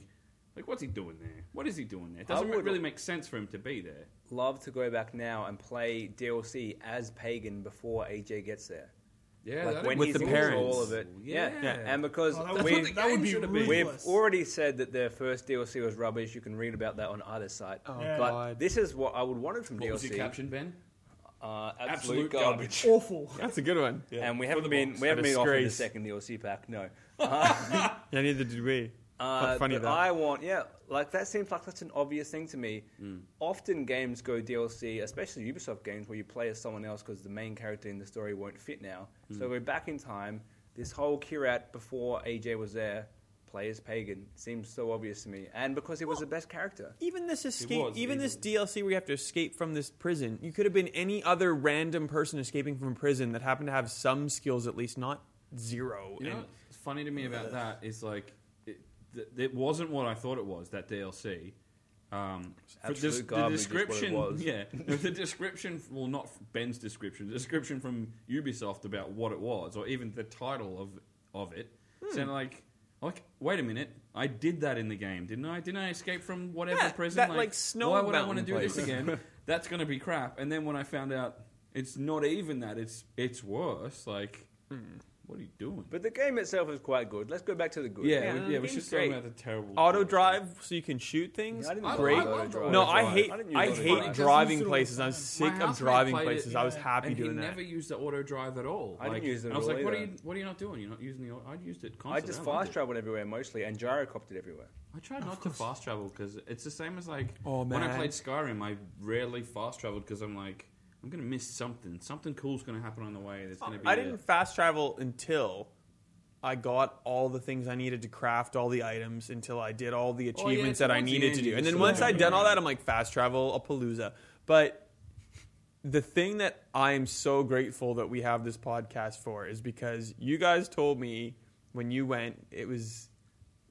like what's he doing there? What is he doing there? It doesn't
would-
really make sense for him to be there.
Love to go back now and play DLC as pagan before AJ gets there.
Yeah,
like when
With
he's
the
in
parents.
all of it. Yeah,
Yeah.
and because
Oh, that, would,
what
we've,
the
that would
game
be
should have been.
We've
ruthless.
already said that their first DLC was rubbish. You can read about that on either site.
Oh,
Yeah.
but
God.
this is what I would wanted from
What was
DLC.
your caption, Ben?
Uh, absolute,
Absolute
garbage.
garbage.
awful.
That's a good one.
And we
For the
haven't been
box.
we
A
haven't been offered the
disgrace.
second DLC pack. No.
Yeah, neither did we.
Uh,
Fu- Funny
but
that.
I want, yeah, like that seems like such an obvious thing to me.
Mm.
Often games go DLC, especially Ubisoft games, where you play as someone else because the main character in the story won't fit now.
Mm.
So we're back in time. This whole Kirat before AJ was there, play as Pagan seems so obvious to me, and because he was the best character.
even this escape,
was,
even
he
this DLC where you have to escape from this prison, you could have been any other random person escaping from prison that happened to have some skills, at least not zero.
You know,
And-
what's funny to me about that is like, it, th- it wasn't what I thought it was. That DLC. Um, for
absolute
dis- the
garbage is what it
description,
was.
yeah, no, the description. Well, not Ben's description. The description from Ubisoft about what it was, or even the title of of it,
Hmm.
sounded like, like, wait a minute, I did that in the game, didn't I? Didn't I escape from whatever
Yeah,
prison?
that, like, snow
why would I want to
mountain
do this
place.
again? That's going to be
Hmm.
crap. And then when I found out it's not even that, it's it's worse. Like, What are you doing?
But the game itself is quite good. Let's go back to the good.
no,
yeah, we,
the
yeah, we
game's
should talk
great.
about the terrible
Auto
quality.
drive so you can shoot things.
I didn't
I-
play
Great.
Auto
I-
Drive.
no,
Auto
I
drive.
hate
I didn't use
I,
Auto
hate
Drive.
driving
Just do it all
places.
the
I'm
time.
sick
My
of
housemate
driving
played it,
places. I was
yeah.
happy
And he
doing that.
never used the auto drive at all.
I didn't
Like,
use it
and
at
I was
all
like, what are
either.
you? What are you not doing? You're not using the. au- I used it
I
constantly.
just
liked
fast
it.
traveled everywhere mostly and gyrocoptered everywhere.
I tried not to fast travel because it's the same as like
Oh,
when I
man.
played Skyrim. I rarely fast traveled because I'm like I'm gonna miss something. Something cool's gonna happen on the way. That's gonna be.
I
a-
didn't fast travel until I got all the things I needed to craft all the items until I did all the
Oh, yeah,
achievements that I
towards the
needed
end
to
you
do. And
just
then
sort
once
of
I'd
go
done all
around.
that, I'm like fast travel, a palooza. But the thing that I am so grateful that we have this podcast for is because you guys told me when you went, it was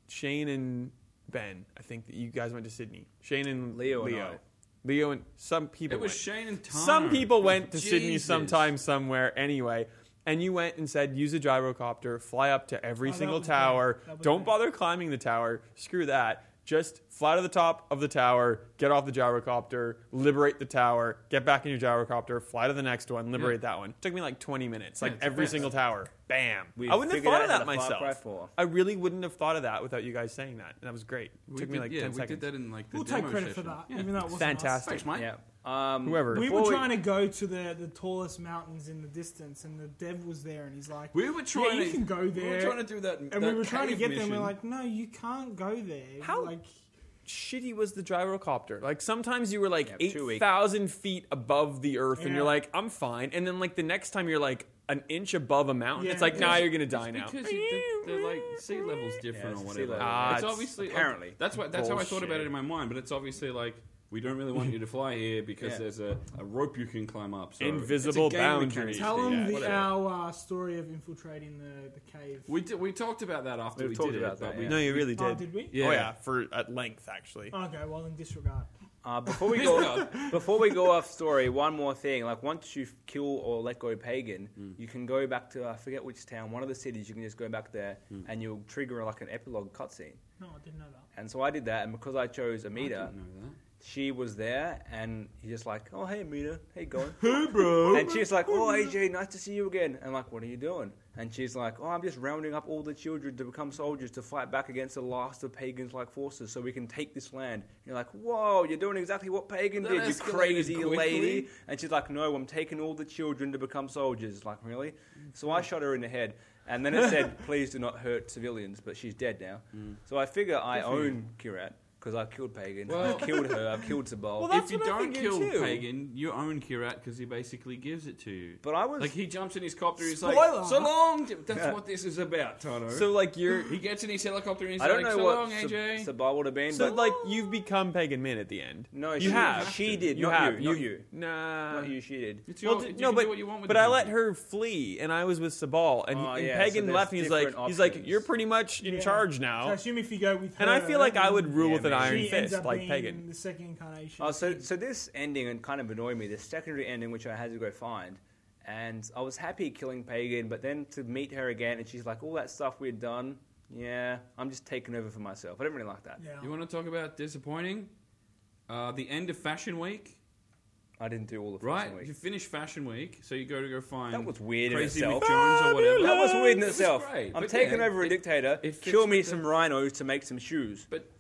Shane and Ben. I think that you guys went to Sydney. Shane and
Leo and
Leo.
I.
Leo and some people.
It was
went.
Shane and Tanner.
Some people went to Sydney
Jesus.
sometime somewhere anyway, and you went and said, use a gyrocopter, fly up to every
Oh, that
single
was
tower.
bad. That was
Don't
bad.
bother climbing the tower. Screw that. Just fly to the top of the tower, get off the gyrocopter, liberate the tower, get back in your gyrocopter, fly to the next one, liberate that one. took me like 20 minutes,
Yeah,
like
it's the
every
best.
single tower. Bam.
We
I wouldn't have
figured
thought of that
out how to Far Cry
myself.
4.
I really wouldn't have thought of that without you guys saying that. And that was great. It
We
took me
did-
like
yeah,
10
we
seconds.
did that in like the
We'll take
demo
credit for
session.
that,
Yeah.
even though it wasn't
Fantastic.
Thanks, mate.
Yeah. Um,
Whoever.
us. We
Before
were
we-
trying to go to the, the tallest mountains in the distance, and the dev was there, and he's like,
We were trying.
you
to,
can go
We were
there.
trying to do that.
and
that
we were trying to
cave
get
mission.
them. We're like, no, you can't go there.
How-
Like,
shitty was the gyrocopter? Like sometimes you were like
Yeah, too
eight
weak.
thousand feet above the earth, and
Yeah.
you're like, I'm fine. And then like the next time you're like an inch above a mountain,
Yeah,
it's like,
because-
nah, you're gonna
It's
die now.
Because it- the, the, like sea level's
Yeah,
different
it's
or
the sea
whatever.
level.
Ah,
it's
it's
obviously
apparently.
that's what that's how I thought about it
Bullshit.
in my mind. But it's obviously like we don't really want you to fly here because
Yeah.
there's a, a rope you can climb up. So
Invisible
it's a game mechanic
boundaries.
thing.
tell them
Yeah,
the,
whatever.
our uh, story of infiltrating the, the cave.
We did, we talked about that after
We've
we
talked
did
about
it,
that,
but we
yeah.
No, you really
oh,
did.
did we?
Yeah.
Oh yeah, for at length actually.
Okay, well, in disregard.
Uh, before we go, before we go off story, one more thing. Like once you kill or let go pagan,
Mm.
you can go back to I forget which town, one of the cities. You can just go back there,
Mm.
and you'll trigger like an epilogue cutscene.
No, I didn't know that.
And so I did that, and because I chose
I
Amita,
didn't know that.
she was there, and he's just like, "Oh hey Amita, how you going?" Hey bro. And she's like, "Oh AJ, nice to see you again." And like, "What are you doing?" And she's like, "Oh, I'm just rounding up all the children to become soldiers to fight back against the last of pagans like forces, so we can take this land." And you're like, "Whoa, you're doing exactly what pagan
That
did, you
escalated
crazy
quickly.
lady!" And she's like, "No, I'm taking all the children to become soldiers." Like, really? So I shot her in the head. And then it said, "Please do not hurt civilians," but she's dead now.
Mm.
So I figure I own Kirat because I killed Pagan.
Well-
I've killed her. I've killed Sabal.
Well, that's
if you
what I'm
don't
thinking
kill
too.
Pagan, you own Kirat because he basically gives it to you.
But I was
Like he jumps in his copter, he's
Spoiler.
like, "So long." That's what this is about, Tono.
So like you're
he gets in his helicopter and he's
I don't
like,
know
"So
what
long,
Sab-
AJ."
Sabal would have been.
so
but
like you've become pagan man at the end.
no,
you
she,
have.
She did.
you
not
have.
you. Not you.
Nah.
Not you. She did.
It's
Well,
your,
d-
you
no,
can
but
do what you want with
but
the
I
game.
let her flee, and I was with Sabal, and,
Oh,
and
yeah, so
Pagan
there's
left, and he's like,
different
he's like,
options.
you're pretty much in
Yeah.
charge now.
So I assume if you go with
And
her,
I feel like I would
then
rule
Yeah,
with an
man.
iron
she ends
fist,
up
like
being
Pagan.
The second incarnation.
Oh, so so this ending and kind of annoyed me. The secondary ending, which I had to go find, and I was happy killing Pagan, but then to meet her again, and she's like, "All that stuff we'd done, yeah, I'm just taking over for myself." I didn't really like that.
yeah.
You want to talk about disappointing? Uh, the end of Fashion Week,
I didn't do all the first
right?
week.
You finish Fashion Week, so you go to go find
That was weird in
Crazy
itself.
Mick Jones or whatever.
That was weird in
It was
itself.
great,
I'm
but
taking
yeah,
over a
it-
dictator.
it fits
Kill me
with
some rhinos to make some shoes.
But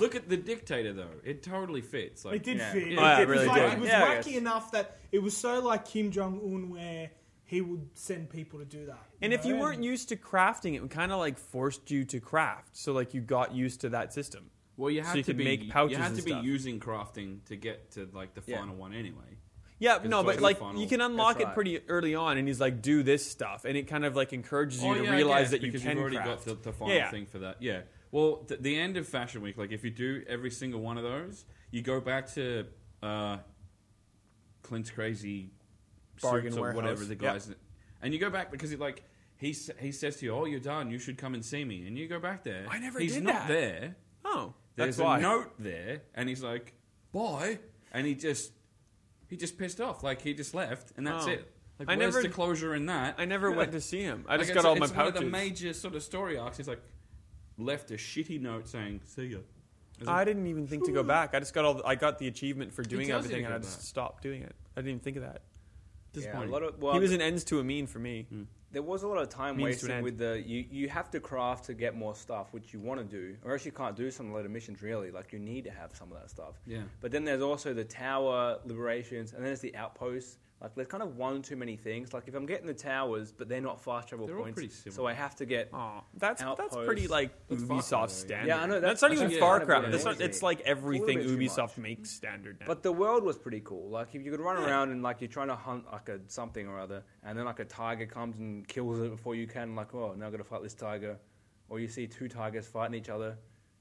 look at the dictator though; it totally fits. Like
it did
yeah.
fit.
Yeah, Oh, yeah, it
was
really
like,
did.
It was
Yeah, I
wacky
guess.
enough that it was so like Kim Jong Un, where he would send people to do that.
And if
know?
you weren't
And-
used to crafting, it kind of like forced you to craft. So like you got used to that system.
Well, you
So
had
you
to
could
be
make pouches
you had
and
to be
stuff.
using crafting to get to like the
Yeah.
final one anyway.
Yeah,
'Cause
no,
it's
but
like
like
the funnel.
you can unlock
That's
it
right.
pretty early on, and he's like, "Do this stuff," and it kind of like encourages you
Oh,
to
yeah, I
realize
guess,
that you
because
can
you've already
craft.
got the, the final
Yeah.
thing for that. Yeah. Well, th- the end of Fashion Week, like if you do every single one of those, you go back to uh, Clint's crazy
Bargain
suits or whatever
warehouse.
the guys, and you go back because it like he s- he says to you, "Oh, you're done. You should come and see me." And you go back there.
I never
He's
did
not
that.
there.
oh,
There's
that's why.
a note there, and he's like, "Bye," and he just he just pissed off. Like he just left, and that's
Oh.
it. Like
I
where's
never-
the closure in that?
I never
Yeah.
went to see him. I just
Like,
got
it's-
all my
it's One of the
pouches.
major sort of story arcs. He's like left a shitty note saying, "See ya." It's
I
like,
didn't even think to go back. I just got all. The, I got the achievement for doing
tells you to
everything, and
go
I just
back.
stopped doing it. I didn't even think of that.
Yeah, a
disappointing.
lot of- well,
Hmm.
he was an ends to a mean for me.
there was a lot of time
Means to an
wasting
end.
with the you, you have to craft to get more stuff which you want to do or else you can't do some of the missions really like you need to have some of that stuff
Yeah.
but then there's also the tower liberations and then there's the outposts like there's kind of one too many things like if i'm getting the towers but they're not fast travel
They're all
points
pretty
so
similar. Oh,
i have to get
Aw, that's that's
Outpost.
pretty like
That's Far Cry, though, yeah.
Ubisoft standard.
Yeah, I know,
That's,
that's-
not
that's
even
actually
Far
kind of
Cry.
what it
That's not,
is.
it's like everything
bit too
Ubisoft
much.
makes standard now.
But the world was pretty cool. Like if you could run around and like you're trying to hunt like a something or other, and then like a tiger comes and kills it before you can. Like oh, now I got to fight this tiger, or you see two tigers fighting each other.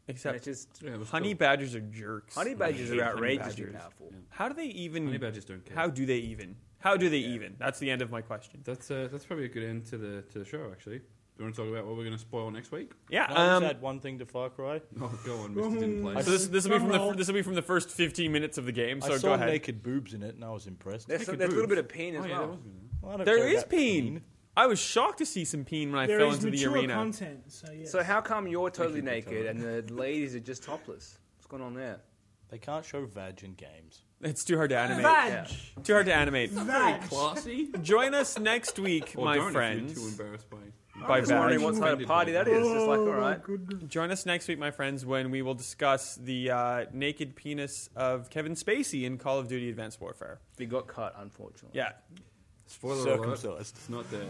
and
Except
it's just
Yeah, it was
honey
cool.
badgers are jerks.
honey badgers are
hate honey
outrageously
badgers.
powerful.
Yeah.
How do they even?
Honey badgers don't care.
How do they even? How do they even? That's the end of my question.
That's uh, that's probably a good end to the to the show. Actually, do you want to talk about what we're going to spoil next week?
Yeah.
Can I
Um,
just add one thing to Far Cry?
Oh, go on, Mister didn't play.
so this, this will be from the
Drumroll.
this will be from the first 15 minutes of the game. So
I
go
saw
ahead.
naked boobs in it, and I was impressed.
There's,
Naked
there's a little
boobs.
bit of pain as
Oh, yeah, that
well.
was good.
Well, I don't
there
care
is
about
peen. I was shocked to see some peen when I
There
fell
is
into the
mature
arena.
content, so yes.
So how come you're totally
can tell.
naked and the ladies are just topless? What's going on there?
They can't show vag in games.
It's too hard to animate.
Vag.
Too hard to animate.
Vag.
Classy,
Join us next week,
or
my
don't If you're
friends.
too embarrassed by.
By
I'm just wondering Oh,
vag.
what kind of party that is. It's like all right,
Join us next week, my friends, when we will discuss the uh, naked penis of Kevin Spacey in Call of Duty: Advanced Warfare.
we got cut unfortunately.
Yeah.
Spoiler alert.
Circumcised.
It's not there.